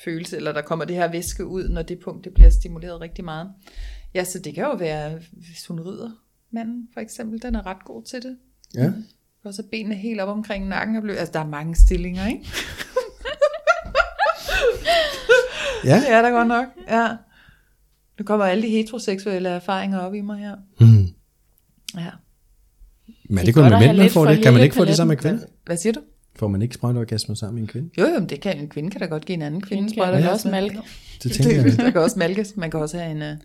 S4: følelse, eller der kommer det her væske ud, når det punkt det bliver stimuleret rigtig meget. Ja, så det kan jo være, hvis hun rider manden for eksempel, den er ret god til det.
S3: ja.
S4: Og så benene helt op omkring nakken og blev... Altså, der er mange stillinger, ikke?
S3: ja.
S4: Det er der godt nok, ja. Nu kommer alle de heteroseksuelle erfaringer op i mig her. Ja.
S3: Hmm. Men er
S2: Det
S3: det
S2: er
S3: kun
S2: godt
S3: med
S2: at
S3: mænd,
S2: have
S3: man
S2: lidt
S3: får
S2: for
S3: det? Kan man
S2: lille
S3: ikke få det sammen med
S2: paletten.
S3: kvinder?
S4: Hvad siger du?
S3: Får man ikke sprøjteorgasmer sammen med en kvinde?
S4: Jo, jo, men det kan en kvinde kan da godt give en anden kvinde.
S2: Kvinden
S4: tror
S2: kan
S4: jeg,
S2: da
S4: der
S2: også malke.
S3: Det tænker jeg.
S4: Det, der kan også malkes. Man kan også have en uh,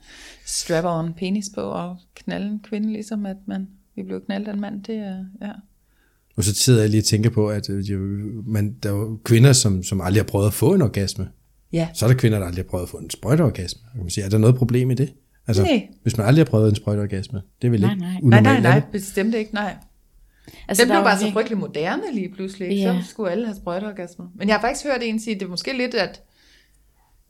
S4: strap-on penis på og knalde en kvinde, ligesom at man vi blev knaldet af en mand. Det er, ja.
S3: Og så sidder jeg lige og tænker på, at øh, jo, man, der er jo kvinder, som, som aldrig har prøvet at få en orgasme.
S4: Ja.
S3: Så er der kvinder, der aldrig har prøvet at få en sprøjteorgasme. Og Kan man sige, er der noget problem i det? Altså,
S4: Nej.
S3: hvis man aldrig har prøvet en sprøjteorgasme, det er vel
S2: Nej,
S3: ikke
S2: nej. Nej,
S4: Nej,
S3: unormalt,
S4: nej, nej,
S3: er det?
S4: bestemt ikke, nej.
S2: Altså,
S4: Den
S2: der
S4: blev
S2: er
S4: bare
S2: jo
S4: så
S2: virkelig-
S4: frygtelig moderne lige pludselig. Ikke?
S2: Ja.
S4: Så skulle alle have sprøjteorgasmer. Men jeg har faktisk hørt en sige, at det er måske lidt, at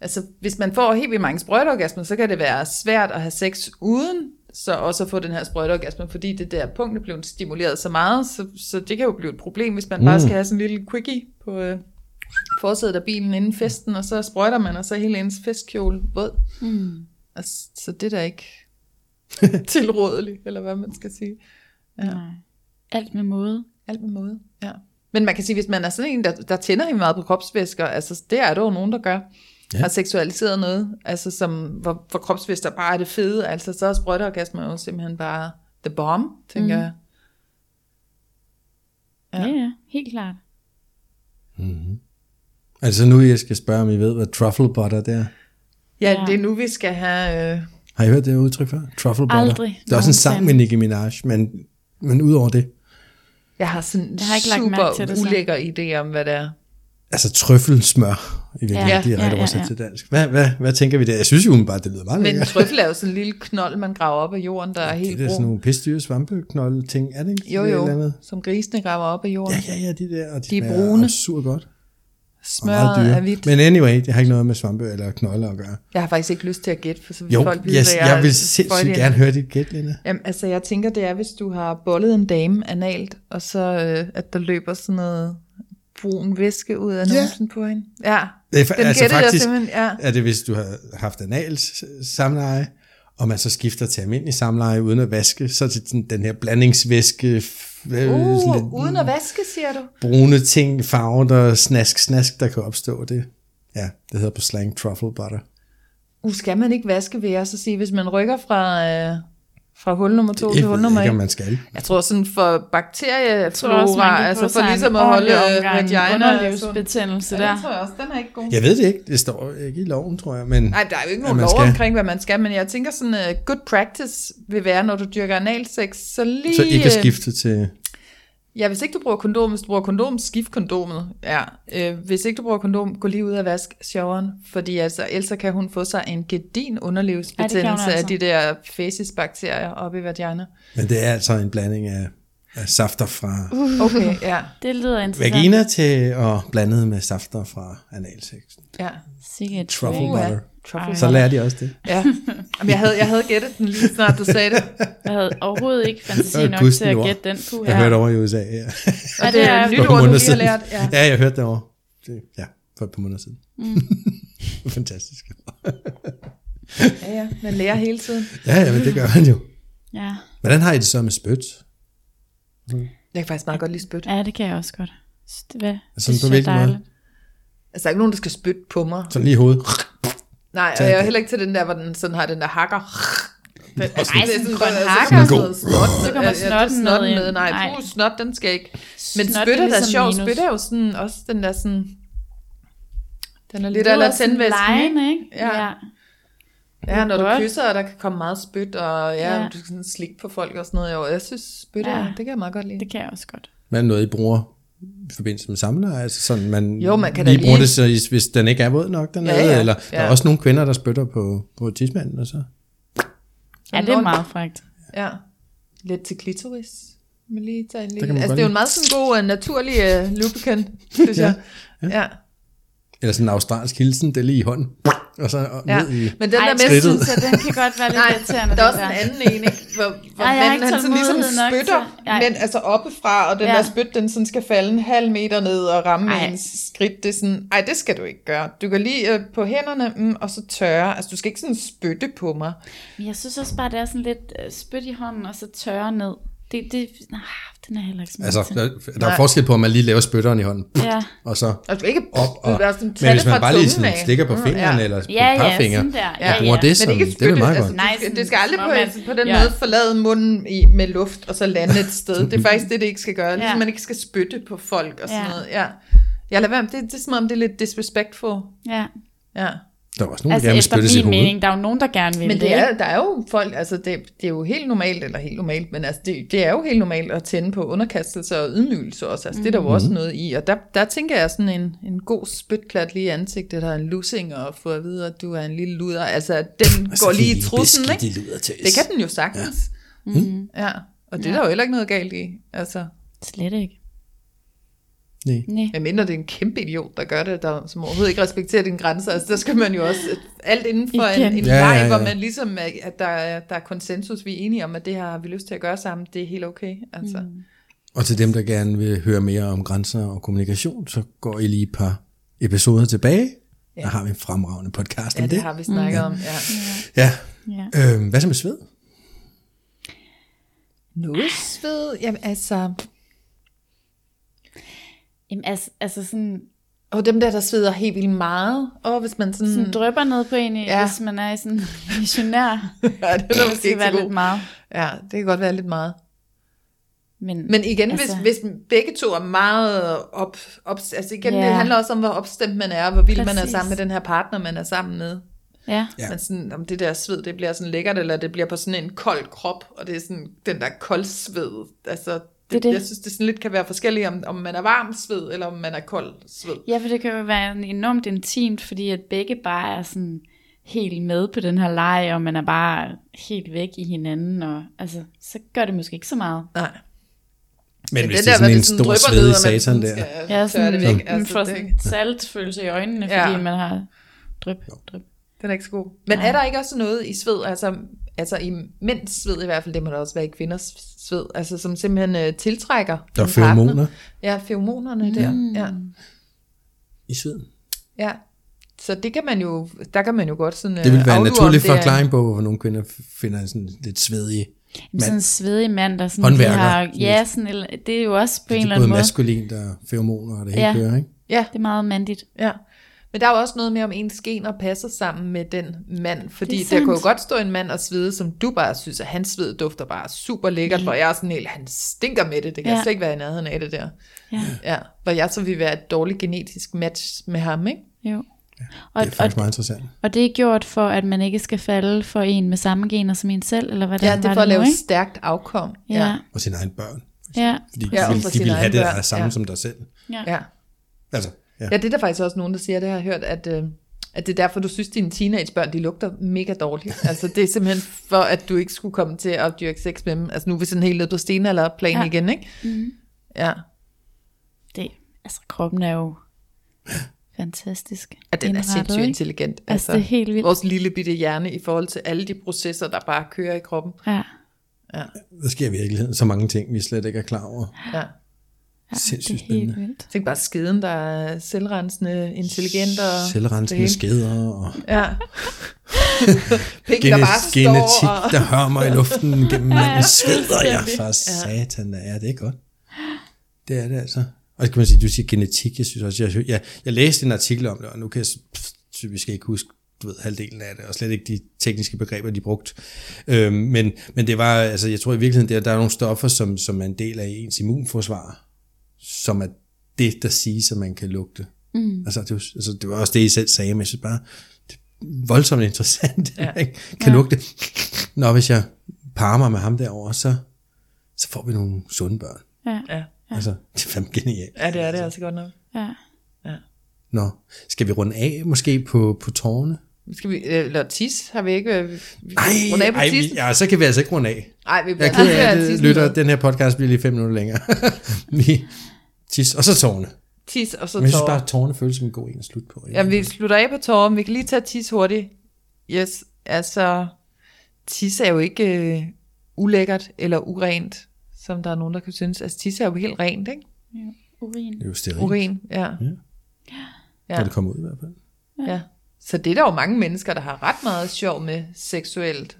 S4: altså, hvis man får helt vildt mange sprøjteorgasmer, så kan det være svært at have sex uden så også at få den her sprøjteorgasme, fordi det der punkt er blevet stimuleret så meget, så, så det kan jo blive et problem, hvis man mm. bare skal have sådan en lille quickie på øh, forsædet af bilen inden festen, og så sprøjter man, og så er hele ens festkjole våd. Mm. Altså, så det er da ikke tilrådeligt, eller hvad man skal sige.
S2: Nej. Alt med måde.
S4: Alt med måde, ja. Men man kan sige, hvis man er sådan en, der, der tænder helt meget på kropsvæsker, altså det er der jo nogen, der gør, ja. har seksualiseret noget, altså som, hvor, hvor kropsvæsker bare er det fede, altså så er sprøjteorgasmer jo simpelthen bare the bomb, tænker mm. jeg.
S2: Ja, ja, helt klart.
S3: Altså nu, jeg skal spørge, om I ved, hvad truffle butter det er.
S4: Ja,
S2: Ja.
S4: ja, det er nu, vi skal have... Øh,
S3: Har I hørt det udtryk før? Truffle butter.
S2: Aldrig.
S3: Der er også en sang med
S2: Nogensinde.
S3: Nicki Minaj, men, men udover det,
S4: jeg har sådan jeg
S2: har
S4: har
S2: ikke
S4: ikke
S2: lagt mærke til
S4: super
S2: det, så.
S4: ulækker idé om, hvad det er.
S3: altså trøffelsmør, i virkeligheden,
S2: Ja,
S3: ja, direkte
S2: ja,
S3: ja,
S2: ja,
S3: oversat
S2: ja.
S3: til dansk. Hvad, hvad, hvad tænker vi der? Jeg synes jo umiddelbart, det lyder meget
S4: Men en
S3: lækkert.
S4: trøffel er jo sådan en lille knold, man graver op af jorden, der er helt
S3: Det er sådan
S4: brun.
S3: nogle pisdyr, svampeknolde ting, er det ikke?
S4: Jo,
S3: Det er et eller
S4: jo,
S3: andet.
S4: som grisene graver op af jorden.
S3: Ja, ja, ja, de der, og de,
S4: De er
S3: smager
S4: brune.
S3: absurd godt. Og meget
S4: Smøret
S3: dyre.
S4: er hvidt.
S3: Men anyway, det har ikke noget med svampe eller knolde at gøre.
S4: Jeg har faktisk ikke lyst til at gætte, for så vil
S3: Jo,
S4: folk vide,
S3: jeg,
S4: hvad
S3: jeg, jeg vil
S4: er
S3: sindssygt
S4: sprøjte-
S3: gerne høre dit gæt, Lena.
S4: Jamen, altså, jeg tænker, det er, hvis du har bollet en dame analt, og så øh, at der løber sådan noget brun væske ud af
S3: Ja.
S4: numsen på hende. Ja,
S3: Det er fa-
S4: den
S3: altså
S4: gættede jeg
S3: faktisk,
S4: simpelthen. Ja.
S3: er det, hvis du har haft anal s- samleje, og man så skifter til almindelig samleje uden at vaske, så til den, den her blandingsvæske, f- øh, sådan lidt
S4: Uh, uden at vaske, siger du?
S3: brune ting, farver, der snask, snask, der kan opstå det. Ja, det hedder på slang truffle butter.
S4: Uh, skal man ikke vaske, vil jeg så sige, hvis man rykker fra, øh, fra hul nummer to til
S3: ved
S4: hul
S3: jeg
S4: nummer
S3: ikke, om
S4: et?
S3: man skal.
S4: Jeg tror sådan for
S2: tror også, man
S4: bakterieflora,
S2: kan
S4: altså
S2: få
S4: for
S2: sig
S4: ligesom
S2: en
S4: at holde
S2: ordentlig
S4: øh,
S2: omgang
S4: vagina. Altså.
S2: underlivsbetændelse
S4: Ja,
S2: der.
S4: det tror jeg også, den er ikke god.
S3: Jeg ved det ikke, det står ikke i loven, tror jeg, men
S4: Nej, der er jo ikke
S3: at
S4: nogen
S3: man
S4: lov
S3: skal.
S4: omkring, hvad man skal, men jeg tænker sådan, uh, good practice vil være, når du dyrker analsex, så lige...
S3: så ikke at
S4: øh,
S3: skifte til...
S4: Ja, hvis ikke du bruger kondom, hvis du bruger kondom, skift kondomet. Ja. Øh, hvis ikke du bruger kondom, gå lige ud og vask sjoveren, fordi altså, ellers så kan hun få sig en gedin
S2: Ja, det kan hun
S4: underlivsbetændelse
S2: altså.
S4: af de der fæcisbakterier oppe i vagina.
S3: Men det er altså en blanding af, af safter fra
S4: Okay, ja.
S2: Det lyder interessant.
S3: vagina til, og blandet med safter fra analsexen.
S4: ja.
S2: Sikke et
S3: Truffle
S2: trick.
S4: Uha.
S3: butter.
S4: Truffle
S3: Så
S4: butter.
S3: lærer de også det.
S4: Ja. Jamen, jeg, havde, jeg havde gættet den lige snart, du sagde det.
S2: Jeg havde overhovedet ikke fantasi
S3: Øh,
S2: nok til
S3: gudskelov.
S2: at gætte den. Puh,
S3: Jeg
S2: ja.
S3: hørte over i USA, ja.
S2: Ja,
S4: Og det er et nyt
S3: par
S4: ord, du lige
S3: måneder
S4: har
S3: siden.
S4: lært. Ja.
S3: ja, jeg hørte det over. Det, ja, for et par måneder siden. Mm. Fantastisk.
S4: ja, ja. Man lærer hele tiden.
S3: Ja, ja, men det gør man jo.
S2: Ja.
S3: Hvordan har I det så med spyt?
S4: Jeg kan faktisk meget godt lide spyt.
S2: ja, det kan jeg også godt. Så Det, hvad?
S3: på
S2: det synes jeg er
S3: hvilken måde?
S2: dejligt.
S4: Altså, der er ikke nogen, der skal spytte på mig.
S3: Sådan lige i hovedet.
S4: Nej, og jeg er heller ikke til den der, hvor den sådan har den der hakker. Den, Ej,
S2: sådan en grøn
S4: altså,
S2: hakker.
S4: Så kommer
S3: God.
S4: snotten,
S2: Så kommer
S4: øh, ja,
S2: snotten
S4: snotten
S2: med
S4: med.
S2: ind.
S4: Nej,
S2: Nej.
S4: puh, snot, den skal ikke. Men
S2: Snot,
S4: spytter
S2: det er
S4: der
S2: ligesom
S4: sjovt.
S2: minus.
S4: Spytter er jo sådan, også den der sådan... Den er lidt
S2: lyder
S4: eller
S2: sådan
S4: tændvæsken, ikke?
S2: Lejende, ikke?
S4: Ja.
S2: ja.
S4: Ja, når du
S2: Godt.
S4: kysser, og der kan komme meget spyt, og ja,
S2: Ja.
S4: du kan sådan slikke på folk og sådan noget. Jo, jeg synes, spytter,
S2: Ja.
S4: ja. det kan jeg meget godt lide.
S2: Det kan jeg også godt.
S3: Hvad er noget, I bruger i forbindelse med samleje? Altså sådan, man,
S4: Jo, man kan da
S3: lige bruger
S4: lige-
S3: det, så, i- hvis den ikke er våd nok dernede.
S4: Ja, ja,
S3: Eller der er
S4: ja.
S3: også nogle kvinder, der spytter på, på tidsmanden og så.
S2: Ja,
S4: Sådan
S2: det er
S4: rundt.
S2: meget frækt.
S4: Ja. Lidt til klitoris. Men lige tage en
S3: kan
S4: lille.
S3: man
S4: Altså,
S3: godt
S4: det er jo en
S3: lide.
S4: meget sådan god uh, naturlig uh, lubricant, synes
S3: Ja,
S4: jeg. Ja.
S3: Eller sådan en australsk hilsen, det er lige i hånden. Og så og
S4: ja.
S3: ned i...
S4: Men den
S2: Ej,
S4: der
S2: jeg
S4: med
S3: skridtet.
S2: synes, at den kan godt være lidt
S4: Nej,
S2: irriterende.
S4: der er
S2: den
S4: også en anden en, ikke? hvor, hvor
S2: Ej, jeg har
S4: manden
S2: ikke
S4: han sådan ligesom
S2: tålmodighed nok
S4: spytter,
S2: til- Nej.
S4: men altså oppefra, og den
S2: Ja.
S4: ja. der spyt, den sådan skal falde en halv meter ned og ramme
S2: Ej.
S4: Ej. ens skridt. Det er sådan, Ej, det skal du ikke gøre. Du kan lige øh, på hænderne, mm, og så tørre. Altså, du skal ikke sådan spytte på mig.
S2: Men jeg synes også bare, det er sådan lidt øh, spyt i hånden, og så tørre ned. Det, det, nej, den er heller ikke så meget
S3: Altså,
S2: til.
S3: der, der er
S4: Nej.
S3: forskel på, om man lige laver spytteren i hånden.
S2: Ja,
S3: Og så
S4: Og Altså, du skal ikke
S3: op. Og,
S4: du skal sådan, tage
S3: men hvis
S4: det fra
S3: man bare lige
S4: tungen
S3: sådan
S4: af.
S3: slikker på
S4: Mm,
S3: fingrene,
S4: ja.
S3: eller på
S2: Ja,
S3: et
S2: ja,
S3: par fingre,
S2: sådan der.
S3: og
S2: Ja,
S3: bruger
S2: ja.
S3: det
S4: Men
S3: som,
S4: ikke
S3: det er da
S4: spytte,
S3: meget
S4: altså,
S3: godt.
S2: Nej,
S4: Nej, det,
S2: sådan
S4: det skal aldrig
S2: som
S4: på,
S2: om,
S4: altså,
S2: at-
S4: på den
S2: ja.
S4: ja. måde forlade munden i, med luft, og så lande et sted. Det er faktisk det, det ikke skal gøre. Ligesom
S2: Ja.
S4: man ikke skal spytte på folk og sådan
S2: Ja.
S4: ja. noget. Ja. Jeg lader være med, det, det er som om, det er lidt disrespectful.
S2: ja.
S4: Ja.
S3: Der var også nogen, der
S2: Altså
S3: gerne vil
S2: efter
S3: spytte sit
S2: min
S3: hoved.
S2: mening, der er jo nogen, der gerne vil
S4: Men det
S2: ikke?
S4: er, der er jo folk, altså det, det er jo helt normalt, eller helt normalt, men altså det, det er jo helt normalt at tænde på underkastelse og ydmygelse også. Altså mm. det er der jo også
S3: Mhm.
S4: noget i, og der, der tænker jeg sådan en, en god spytklat lige i ansigtet, der er en lussing, og få at vide, at du er en lille luder. Altså den altså, går lige i trussen, ikke? Det kan den jo sagtens. Ja. Mm. ja. Og det er der jo heller ikke noget galt i. Altså,
S2: Slet ikke.
S3: Nej.
S2: Nej.
S4: medmindre det er en kæmpe idiot, der gør det, der, som overhovedet ikke respekterer dine grænser. Altså, der skal man jo også alt inden for en, en
S2: Igen.
S4: ja, vej,
S3: Ja, ja, ja.
S4: hvor man ligesom, er- at der, er- der er konsensus, vi er enige om, at det her har vi lyst til at gøre sammen, det er helt okay. Altså. Mm.
S3: Og til dem, der gerne vil høre mere om grænser og kommunikation, så går I lige et par episoder tilbage. Ja. Der har vi en fremragende podcast
S4: Ja,
S3: om
S4: det
S3: det.
S4: har vi snakket mm. om. Ja.
S3: Ja.
S2: Ja.
S3: Øhm, hvad så med sved?
S4: Noget sved, jamen altså...
S2: Jamen, altså, altså sådan,
S4: Og dem der, der sveder helt vildt meget. Og hvis man sådan...
S2: sådan drøber noget på en, ja.
S4: Mm. Ja.
S2: hvis man er i sådan en missionær.
S4: ja, det er da
S2: det
S4: måske
S2: skal
S4: ikke så
S2: være
S4: god.
S2: lidt meget.
S4: Ja, det kan godt være lidt meget.
S2: Men,
S4: Men igen, altså,
S2: Altså-
S4: hvis, hvis begge to er meget op, op altså igen, yeah.
S2: Ja.
S4: det handler også om, hvor opstemt man er, og hvor vild man er
S2: Præcis.
S4: sammen med den her partner, man er sammen med.
S2: ja.
S3: Ja.
S4: Ja. Men sådan, om det der sved, det bliver sådan lækkert, eller det bliver på sådan en kold krop, og det er sådan den der kold sved. Altså, det,
S2: Det er
S4: det,
S2: det.
S4: det. Jeg synes, det sådan lidt kan være forskelligt, om, om man er varm sved, eller om man er kold sved.
S2: ja, for det kan jo være en- enormt intimt, fordi at begge bare er sådan helt med på den her leg, og man er bare helt væk i hinanden, og altså, så gør det måske ikke så meget.
S4: Nej.
S3: Men hvis
S4: den
S3: det er
S4: der,
S3: sådan
S4: hvor
S3: en
S4: sådan
S3: stor
S4: drypper ned,
S3: svedig
S4: og man
S3: satan der.
S4: sådan skal
S2: Ja,
S4: tørre
S2: sådan,
S4: det
S2: det
S4: væk.
S2: man får
S4: Altså,
S2: sådan
S4: det,
S2: saltfølelse i øjnene,
S4: Ja.
S2: fordi man har dryp, dryp.
S4: den er ikke så god. Men er der ikke også noget i sved, altså, altså i mænds sved i hvert fald, det må der også være i kvinders sved, altså som simpelthen øh, tiltrækker
S3: Der er
S4: en partner?
S3: feromoner
S4: Ja, feromonerne mm. der. Ja.
S3: i sveden.
S4: ja. Så det kan man jo, der kan man jo godt sådan
S3: Det
S4: øh,
S3: vil være en
S4: aflure, om
S3: naturlig
S4: det er en-
S3: forklaring på, hvorfor nogle kvinder f- finder en sådan lidt svedig.
S2: Jamen, sådan en svedig mand, der sådan
S3: Håndværker.
S2: lige har, ja, sådan, eller- det er jo også på en
S3: Det
S2: eller
S3: er både
S2: anden måde,
S3: maskulint og feromoner og det hele
S2: Ja.
S3: kører, ikke?
S4: Ja,
S2: det er meget mandigt.
S4: ja. Men der er jo også noget med, om ens gener passer sammen med den mand. Fordi
S2: Det er
S4: der kunne jo
S2: sandt.
S4: godt stå en mand og svede, som du bare synes, at hans sved dufter bare super
S3: Mm.
S4: lækkert, hvor jeg er sådan helt, han stinker med det. Det kan
S2: Ja.
S4: ja. slet ikke være i nærheden af det der.
S2: Ja,
S4: Ja, hvor jeg så ville være et dårligt genetisk match med ham, ikke?
S2: jo. Og,
S3: Det er
S2: og,
S3: faktisk meget interessant.
S2: og det er gjort for, at man ikke skal falde for en med samme gener som en selv, eller hvordan
S4: Ja, det
S2: var
S4: er for at
S2: nu,
S4: lave
S2: ikke?
S4: stærkt afkom.
S2: Ja,
S3: Og sine egne børn.
S2: ja,
S3: Fordi
S4: Ja,
S3: ja,
S4: og
S3: de, vil,
S4: for
S3: de
S4: sine
S3: vil have
S4: egne
S3: det, der
S4: børn,
S3: er samme
S4: ja.
S3: som dig selv.
S2: ja.
S4: ja.
S3: Altså, ja.
S4: Ja, det er der faktisk også nogen, der siger, det har jeg hørt, at, øh, at det er derfor, du synes, dine teenagebørn, de lugter mega dårligt. Altså, det er simpelthen for, at du ikke skulle komme til at dyrke sex med dem. Altså, nu er vi sådan helt nede på stenalderplan
S2: Ja. Mhm.
S4: ja. igen, ikke? Mm-hmm. Ja.
S2: Det, altså, kroppen er jo fantastisk
S4: ja, den er
S2: indrettet,
S4: sindssygt
S2: ikke?
S4: intelligent.
S2: Altså, det er helt vildt.
S4: Vores lille bitte hjerne i forhold til alle de processer, der bare kører i kroppen.
S2: Ja,
S3: der sker i virkeligheden så mange ting, vi slet ikke er klar over.
S4: Ja.
S2: ja det
S3: Sindssygt
S2: er helt
S3: spændende.
S2: vildt.
S4: Tænk bare skeden, der er selvrensende, intelligent og...
S3: Selvrensende
S4: det hele.
S3: skeder og
S4: Ja. Pink, der bare
S3: genes-
S4: står
S3: genetik,
S4: og...
S3: der hørmer i luften gennem mandens sveder. Ja,
S2: fuldstændig.
S3: for satan, ja, det er godt. Det er det altså. Og det kan man sige, du siger genetik, jeg synes også, jeg, jeg, jeg læste en artikel om det, og nu kan jeg s- pff, typisk ikke huske du ved, halvdelen af det, og slet ikke de tekniske begreber, de brugt. Øhm, men, men det var, altså jeg tror i virkeligheden, der, der er nogle stoffer, som, som er en del af ens immunforsvar, som er det, der siges, at man kan lugte. Mm. Altså, det, var- altså, det var også det, I selv sagde, men jeg synes bare, det er voldsomt interessant, ja. kan ja. lugte. Nå, hvis jeg parmer med ham derovre, så, så får vi nogle sunde børn.
S2: Ja,
S4: Ja.
S3: Ja. Altså, det er fandme genialt.
S4: ja, det er det altså godt nok.
S2: ja.
S3: Nå, skal vi runde af måske på, på tårne?
S4: Skal vi, øh, eller tis, har vi ikke? øh, vi- runde
S3: Nej,
S4: af på
S3: ej, vi,
S4: tissen?
S3: ja, så kan vi altså ikke runde af.
S4: Ej, vi
S3: Jeg
S4: bliver
S3: er ked
S4: nødt til at
S3: af,
S4: have
S3: at det
S4: tissen
S3: lytter,
S4: med.
S3: den her podcast bliver lige fem minutter længere. vi, tis, og så tårne.
S4: Tis og så
S3: Men jeg synes
S4: tårer.
S3: bare, at tårne føles som en god en at slutte på.
S4: Ja, vi slutter af på tårer, men vi kan lige tage tis hurtigt. Yes, altså, tis er jo ikke øh, ulækkert eller urent, som der er nogen, der kan synes. Altså, tis er jo helt rent, ikke?
S2: ja. Urin.
S3: Det er jo sterilt,
S4: Urin, ja. Ja.
S3: når det kommer ud i hvert fald.
S4: ja. Så det er der jo mange mennesker, der har ret meget sjov med seksuelt.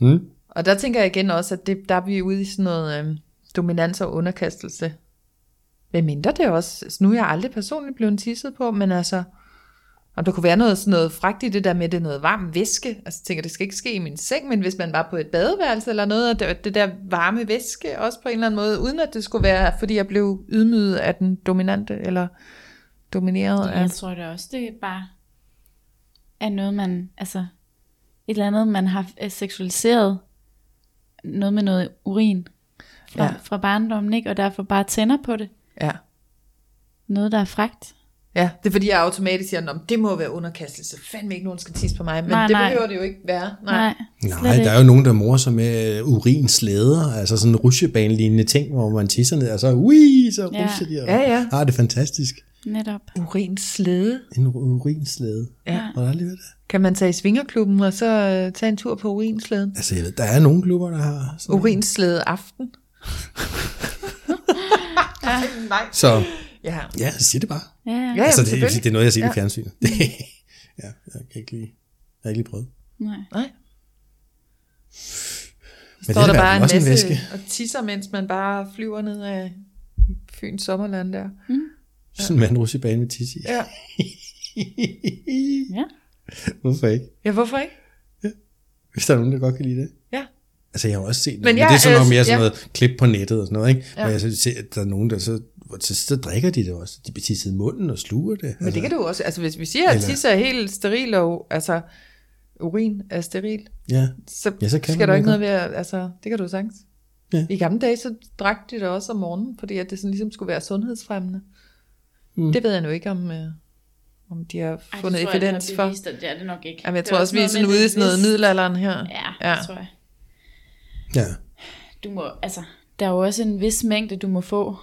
S3: Mm.
S4: Og der tænker jeg igen også, at det, der er vi ude i sådan noget øh, dominans og underkastelse. Hvem mindre det er også? Altså, nu er jeg aldrig personligt blevet tisset på, men altså, om der kunne være noget, sådan noget fragt i det der med, det er noget varm væske. Altså jeg tænker, det skal ikke ske i min seng, men hvis man var på et badeværelse eller noget, og det, det der varme væske også på en eller anden måde, uden at det skulle være, fordi jeg blev ydmyget af den dominante, eller domineret af...
S2: Jeg tror det også, det er bare er noget, man, altså, et eller andet, man har øh, seksualiseret, noget med noget urin fra,
S4: Ja.
S2: ja. fra barndommen, ikke? Og derfor bare tænder på det.
S4: Ja.
S2: Noget, der er fragt.
S4: Ja, det er fordi, jeg automatisk siger, at det må være underkastelse. Fandme ikke, nogen skal tisse på mig. Men
S2: Nej,
S4: det
S2: nej.
S4: behøver det jo ikke være.
S2: Nej,
S3: Nej, der er jo nogen, der morer sig med øh, urinslæder, altså sådan rusjebanelignende ting, hvor man tisser ned, og så, ui, så
S2: Ja.
S3: rusher de, og
S4: Ja, ja.
S3: har det fantastisk.
S2: Netop.
S4: Urinslede.
S3: En ru- urinslæde.
S4: Ja.
S3: Har du aldrig hørt det?
S4: Kan man tage i svingerklubben og så øh, tage en tur på urinsleden?
S3: Altså, jeg ved, der er nogle klubber, der har sådan
S4: Urinslede aften.
S3: Så
S4: Ja.
S3: ja, så sig det bare.
S2: Ja, ja.
S4: Ja,
S3: altså,
S4: altså,
S3: det,
S4: jamen,
S3: det,
S4: det,
S3: det, er noget, jeg siger ja.
S4: Ja.
S3: i fjernsynet. ja, jeg kan ikke lige, jeg har ikke lige prøvet.
S2: Nej.
S4: Nej. Står
S3: Men det er
S4: der
S3: da
S4: bare en
S3: også en
S4: masse
S3: væske.
S4: og tisser, mens man bare flyver ned af Fyns sommerland der.
S3: Sådan en mandrus i banen med Tissi.
S4: Ja.
S2: Ja.
S3: Hvorfor ikke?
S4: ja, hvorfor ikke?
S3: Hvis der er nogen, der godt kan lide det.
S4: Ja.
S3: Altså, jeg har jo også set men,
S4: Men
S3: men det
S4: jeg-
S3: er sådan noget
S4: øh,
S3: mere sådan
S4: ja.
S3: noget klip på nettet og sådan noget, ikke? Ja.
S4: Ja.
S3: Og jeg så ser, at der er nogen, der så, hvor- så, så drikker de det også. De bliver tisset i munden og sluger det.
S4: Men det kan du jo også, altså hvis vi siger, at
S3: Eller-
S4: tisse er helt steril, og altså urin er steril,
S3: Ja.
S4: så,
S3: Ja, så kan man
S4: skal der ikke noget
S3: det
S4: ved at, altså det kan du sagtens.
S3: Ja.
S4: I gamle dage, så drak de det også om morgenen, fordi at det sådan ligesom skulle være sundhedsfremmende.
S3: Mm.
S4: Mm. Det ved jeg nu ikke, om, øh, om de har
S2: Ej, det
S4: fundet
S2: tror jeg, det er
S4: evidens for.
S2: bevist, at Det er det nok ikke.
S4: Jamen, jeg
S2: Det
S4: tror også, vi er
S2: noget
S4: sådan
S2: med
S4: ude i
S2: det
S4: sådan noget
S2: vist-
S4: middelalderen her.
S2: Ja,
S4: ja.
S2: ja. tror jeg.
S3: Ja.
S2: Du må, altså, der er jo også en vis mængde, du må få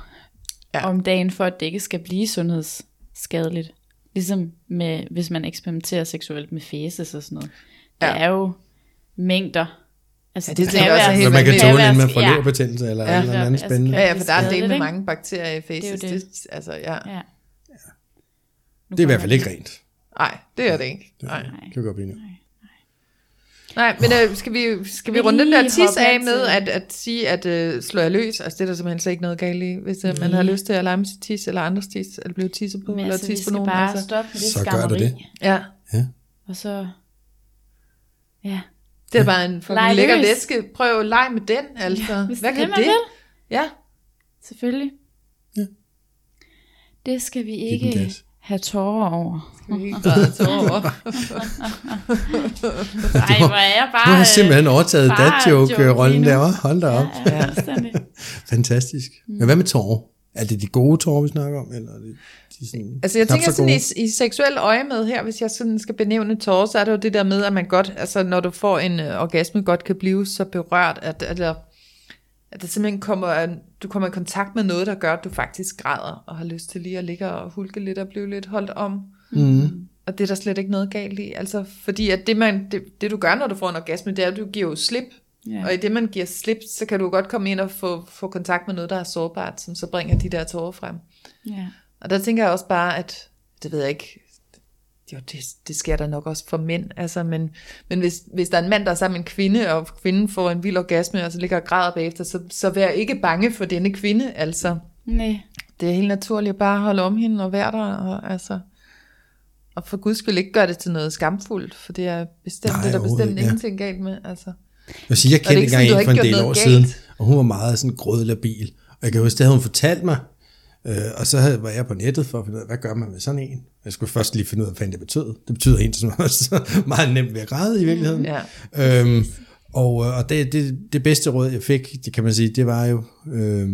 S4: Ja.
S2: ja. om dagen, for at det ikke skal blive sundhedsskadeligt. Ligesom med, hvis man eksperimenterer seksuelt med fæses og sådan noget. Der
S4: Ja.
S2: er jo mængder. Altså,
S4: Ja, det
S2: kan
S4: tænker jeg også er
S2: være-
S4: helt
S3: Hvad man kan
S2: det
S3: tåle,
S2: være-
S3: inden man får
S2: ja.
S3: leverbetændelse eller
S4: Ja.
S3: ja. eller andet
S2: Altså,
S3: spændende.
S4: Ja, ja, for der er en
S2: Skadeligt,
S4: del med
S2: ikke?
S4: mange bakterier i faces.
S2: Det er jo det.
S4: det. Altså, ja.
S2: Ja.
S3: Det er i hvert fald ikke rent.
S4: Nej, det er det ikke. Nej.
S3: Det kan vi godt blive nu.
S4: Nej, men øh, skal vi, skal vi
S2: Vi
S4: runde den der
S2: lige
S4: tis
S2: hopper
S4: af med
S2: til-
S4: at, at sige, at øh, slå jer løs? Altså, det er der simpelthen slet ikke noget galt i, hvis øh, man har lyst til at lege med sit tis, eller andres tis, eller blive tisset på,
S2: Men
S4: eller
S2: altså, vi
S4: tisse på
S2: skal
S4: nogen.
S2: bare
S4: altså.
S2: stoppe med det
S3: Så gør du
S2: skammeri.
S3: det.
S4: Ja,
S2: Og så... Ja,
S4: det er bare en fucking
S2: Leg
S4: lækker
S2: løs.
S4: væske. Prøv at lege med den, altså. Ja,
S2: hvis
S4: Hvad
S2: det er
S4: kan
S2: det,
S4: det?
S2: man vil.
S4: Ja,
S2: selvfølgelig.
S3: Ja.
S2: Det skal vi
S3: den
S2: ikke
S3: gas.
S2: have tårer over.
S4: vi kan ikke græde tårer over.
S2: Nej, hvor er jeg bare...
S3: Du har simpelthen overtaget
S2: far-
S3: dat joke rollen
S2: joke lige
S3: der,
S2: nu.
S3: hva'? Hold da op.
S2: Ja, ja, fuldstændig.
S3: Fantastisk. Men hvad med tårer? Er det de gode tårer, vi snakker om? Eller er det de sådan
S4: Altså jeg
S3: knap
S4: tænker
S3: så
S4: sådan
S3: gode?
S4: i, i seksuel øje med her, hvis jeg sådan skal benævne tårer, så er det jo det der med, at man godt, altså når du får en øh, orgasme, godt kan blive så berørt, at, eller, at det simpelthen kommer, at du kommer i kontakt med noget, der gør, at du faktisk græder, og har lyst til lige at ligge og hulke lidt og blive lidt holdt om.
S3: Mm.
S4: Og det er der slet ikke noget galt i. Altså, fordi at det, man, det, det, du gør, når du får en orgasme, det er, at du giver jo slip.
S2: Ja.
S4: Og i det, man giver slip, så kan du godt komme ind og få, få kontakt med noget, der er sårbart, som så bringer de der tårer frem.
S2: Ja.
S4: Og der tænker jeg også bare, at det ved jeg ikke, jo, det, det sker der nok også for mænd, altså, men, men hvis, hvis der er en mand, der er sammen med en kvinde, og kvinden får en vild orgasme, og så ligger og græder bagefter, så, så vær ikke bange for denne kvinde, altså.
S2: Nej.
S4: Det er helt naturligt at bare holde om hende og være der, og, altså, og for guds skyld ikke gøre det til noget skamfuldt, for det er bestemt,
S3: Nej,
S4: Nej, det er der
S3: overhovedet
S4: bestemt
S3: ikke,
S4: ja.
S3: ja.
S4: ingenting galt med, altså.
S3: Jeg vil sige, jeg
S4: Og det er
S3: kendte
S4: ikke sådan, du
S3: engang en
S4: har
S3: for en
S4: ikke
S3: del
S4: gjort
S3: år
S4: noget
S3: siden,
S4: galt.
S3: og hun var meget sådan grødlabil. Og jeg kan huske, det havde hun fortalt mig, øh, og så havde, var jeg på nettet for at finde ud af, hvad gør man med sådan en? Jeg skulle først lige finde ud af, hvad fanden det betød. Det betyder en, som var så meget nemt ved at græde i virkeligheden.
S4: Ja.
S3: Øhm, og øh, og det, det, det bedste råd, jeg fik, det kan man sige, det var jo, øh,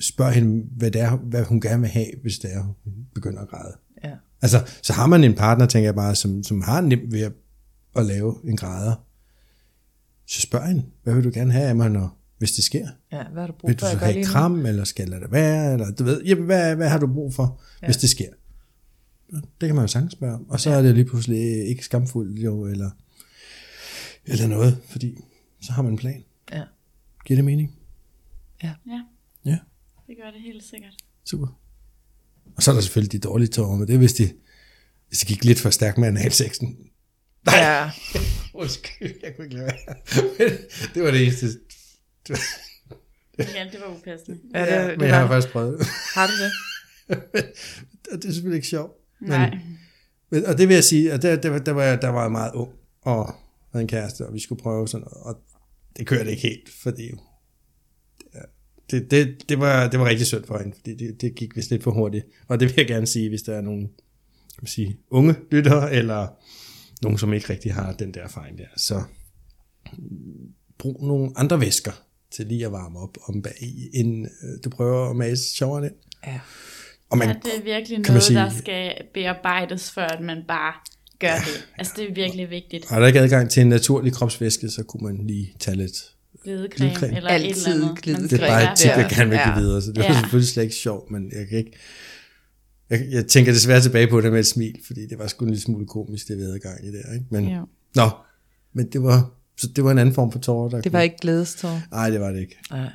S3: spørg hende, hvad, det er, hvad hun gerne vil have, hvis det er, hun begynder at græde.
S4: Ja.
S3: Altså, så har man en partner, tænker jeg bare, som, som har nemt ved at, at lave en græder. Så spørg hende, hvad vil du gerne have af mig, når, hvis det sker?
S4: ja, hvad har du brug
S3: Vil
S4: for,
S3: du så
S4: jeg gør
S3: have
S4: lige
S3: et
S4: nu?
S3: kram, eller skal jeg lade det være? Eller, du ved, jamen, hvad, hvad har du brug for, ja. hvis det sker? Det kan man jo sagtens spørge om. Og så er det lige pludselig øh, ikke skamfuldt, jo, eller, eller noget, fordi så har man en plan.
S4: Ja,
S3: Giver det mening?
S2: Ja,
S3: Ja,
S2: det gør det helt sikkert.
S3: super. Og så er der selvfølgelig de dårlige tårer, men det er, hvis de, hvis de gik lidt for stærkt med analsexen. Nej, ja.
S4: ja.
S3: undskyld, jeg kunne ikke lade være. det var det eneste.
S2: Ja, det var upassende.
S4: ja, det,
S3: Ja,
S4: det,
S3: men
S4: det
S3: jeg har
S4: var,
S3: faktisk prøvet.
S4: har du det?
S3: Og det er selvfølgelig ikke sjovt.
S2: Nej.
S3: Men, og det vil jeg sige, at der, der, var- der, var jeg, der var jeg meget ung, og havde en kæreste, og vi skulle prøve sådan noget, og det kørte ikke helt, fordi ja, det, det, det, var, det var rigtig synd for hende, fordi det, det gik vist lidt for hurtigt. Og det vil jeg gerne sige, hvis der er nogle kan man sige, unge lyttere, eller nogen, som ikke rigtig har den der erfaring der, så brug nogle andre væsker til lige at varme op om bag, i, inden øh, du prøver at mase sjovere ind.
S4: Ja.
S3: Og man,
S2: Ja, det er virkelig
S3: Kan man
S2: noget,
S3: sige-
S2: der skal bearbejdes, før at man bare gør det. Altså, det er virkelig vigtigt.
S3: Har der ikke adgang til en naturlig kropsvæske, så kunne man lige tage lidt. Glidecreme.
S2: Glidecreme eller et
S4: Altid
S2: eller andet.
S4: glidecreme.
S3: Det er bare et tip,
S4: Ja.
S3: jeg gerne vil give
S4: Ja.
S3: videre, så det var
S2: Ja.
S3: selvfølgelig slet ikke sjovt, men jeg kan ikke... Jeg, jeg tænker desværre tilbage på det med et smil, fordi det var sgu en lille smule komisk, det vi havde gang i der, ikke? Men,
S2: Jo.
S3: Nå, men det var, så det var en anden form for tårer, der
S4: Det var ikke glædestår.
S3: Nej, det var det ikke.
S4: Nej.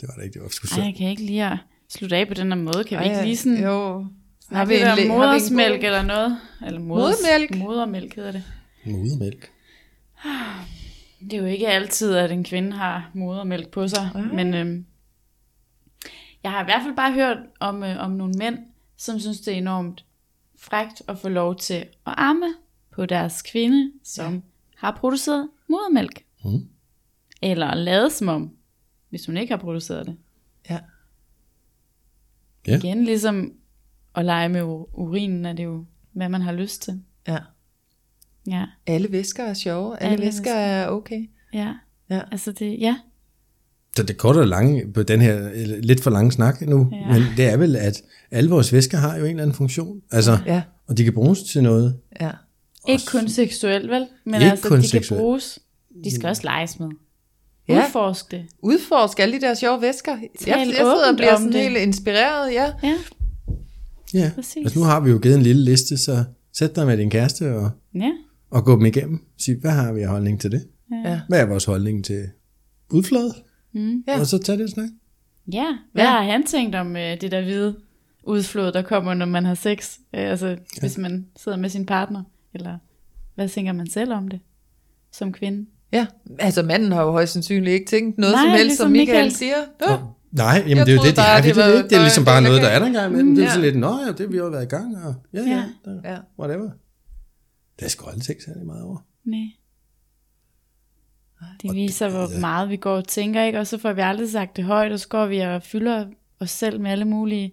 S3: Det var det ikke, det var sgu
S2: Ej,
S3: sødt.
S2: jeg kan ikke lige at slutte af på den her måde. Kan vi
S4: Ej,
S2: ikke lige sådan...
S4: Jo.
S2: Har vi der
S4: læ- har
S2: modersmælk
S4: vi en
S2: eller noget? Eller moders,
S4: Modermælk?
S2: Modermælk hedder det.
S3: Modermælk.
S2: Det er jo ikke altid, at en kvinde har modermælk på sig, men øhm, jeg har i hvert fald bare hørt om, øh, om nogle mænd, som synes, det er enormt frægt at få lov til at amme på deres kvinde, som ja. har produceret modermælk. Mm. Eller lavet som om, hvis hun ikke har produceret det.
S4: Ja.
S3: Ja.
S2: Igen, ligesom at lege med u- urinen, er det jo, hvad man har lyst til.
S4: ja.
S2: Ja,
S4: Alle væsker er sjove. Alle,
S2: Alle
S4: Alle væsker er okay.
S2: ja.
S4: Ja.
S2: Altså det, ja.
S3: Så det korte og lange på den her øh, lidt for lange snak nu,
S2: Ja.
S3: ja. men det er vel, at alle vores væsker har jo en eller anden funktion. Altså,
S4: Ja.
S3: og de kan bruges til noget.
S4: Ja.
S2: Ikke kun seksuelt, vel? Men
S3: Ikke
S2: altså,
S3: kun
S2: de kan
S3: seksuelt.
S2: bruges. De skal også leges med.
S4: Ja.
S2: Udforske det.
S4: Udforsk alle de der sjove væsker. Jeg, jeg sidder og
S2: åbent
S4: bliver
S2: om
S4: sådan
S2: det.
S4: helt inspireret, ja.
S2: Ja,
S3: Ja,
S2: Præcis.
S3: altså nu har vi jo givet en lille liste, så sæt dig med din kæreste og,
S2: ja.
S3: og gå dem igennem. Sig, hvad har vi af holdning til det?
S4: Ja.
S3: Hvad er vores holdning til udflåde? Mm,
S4: Ja.
S3: Og så tag det en snak.
S2: ja. Hvad
S4: Ja.
S2: har han tænkt om øh, det der hvide udflod, der kommer, når man har sex? Øh, altså, ja. hvis man sidder med sin partner. Eller hvad tænker man selv om det? Som kvinde.
S4: Ja, altså manden har jo højst sandsynligt ikke tænkt noget
S2: Nej,
S4: som helst,
S2: ligesom
S4: som Michael,
S2: Michael.
S4: siger. Nå,
S3: Nej, jamen
S4: Jeg
S3: det er jo
S4: troede
S3: det, de
S4: bare,
S3: har.
S4: det
S3: Det,
S4: var-
S3: det, det, det
S4: der
S3: er
S4: var
S3: ligesom
S4: en
S3: bare
S4: del af
S3: noget, der er
S4: kagen.
S3: der engang imellem. Det er
S4: Ja.
S3: sådan lidt, nå ja, det har vi jo været i gang, og ja, ja,
S2: Ja.
S3: ja. Der,
S4: Ja.
S3: whatever. Der er sgu aldrig tænkt særlig meget over.
S2: Nej. Det viser, hvor meget vi går og tænker, ikke? Og så får vi aldrig sagt det højt, og så går vi og fylder os selv med alle mulige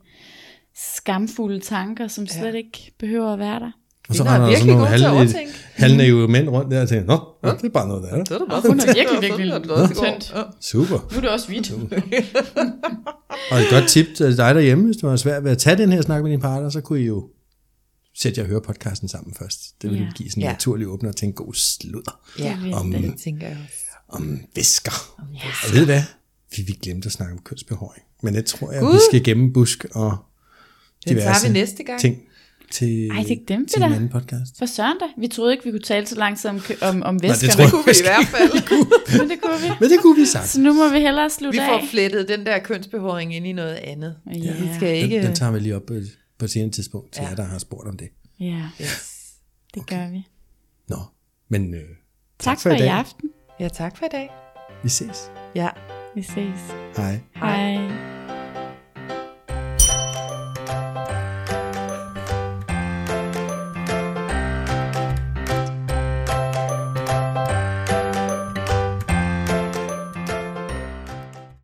S2: skamfulde tanker, som slet ja. ikke behøver at være der.
S3: Og så
S4: Kvinder er
S3: render der sådan
S4: virkelig
S3: nogle
S4: gode til at
S3: halv,
S4: overtænke.
S3: halvnæve mænd rundt der og tænker, nå, nå, det er bare noget, der er
S4: det
S3: der.
S4: er da
S2: Og
S4: meget
S2: hun er
S4: fedt.
S2: virkelig,
S4: Det var
S2: virkelig
S4: fedt, at du også går.
S2: tyndt.
S4: Ja.
S3: Super.
S2: Nu er det også hvidt.
S3: Og et godt tip til dig derhjemme, hvis du har svært ved at tage den her snak med din partner, så kunne I jo sætte jer og høre podcasten sammen først. Det vil
S2: Ja.
S3: ja. give sådan en
S4: Ja.
S3: naturlig åbner til en god sludder
S4: Ja,
S2: Det vil
S3: om,
S2: det.
S4: det tænker jeg også.
S3: om væsker.
S2: Ja.
S3: Og ved du hvad? Vi, vi glemte at snakke om kønsbehåring. Men det tror jeg,
S4: Gud.
S3: Gud. vi skal gemme busk og
S4: Den
S3: diverse
S4: tager vi næste gang.
S3: ting til,
S2: Ej, det glemte
S3: til
S2: vi
S3: en
S2: da.
S3: anden podcast.
S2: For søren da, vi troede ikke, vi kunne tale så langt som kø- om, om
S3: Nej, det
S2: væskerne.
S3: tror jeg.
S4: Kunne vi i hvert fald.
S2: jeg. Men det kunne vi.
S3: Men det kunne vi sagt.
S2: Så nu må vi hellere slutte
S4: Vi får
S2: af.
S4: flettet den der kønsbehåring ind i noget andet.
S2: Ja.
S4: Vi skal ikke...
S3: Den, den tager vi lige op øh, på et senere tidspunkt til
S4: Ja.
S3: ja. jer, der har spurgt om det.
S2: Ja,
S4: Yes.
S2: det gør vi.
S3: Nå, men øh,
S2: Tak
S3: for
S2: for
S3: i
S2: i
S3: dag.
S2: aften.
S4: Ja, tak for i dag.
S3: vi ses.
S4: Ja.
S2: Vi ses.
S3: Hej.
S2: Hej.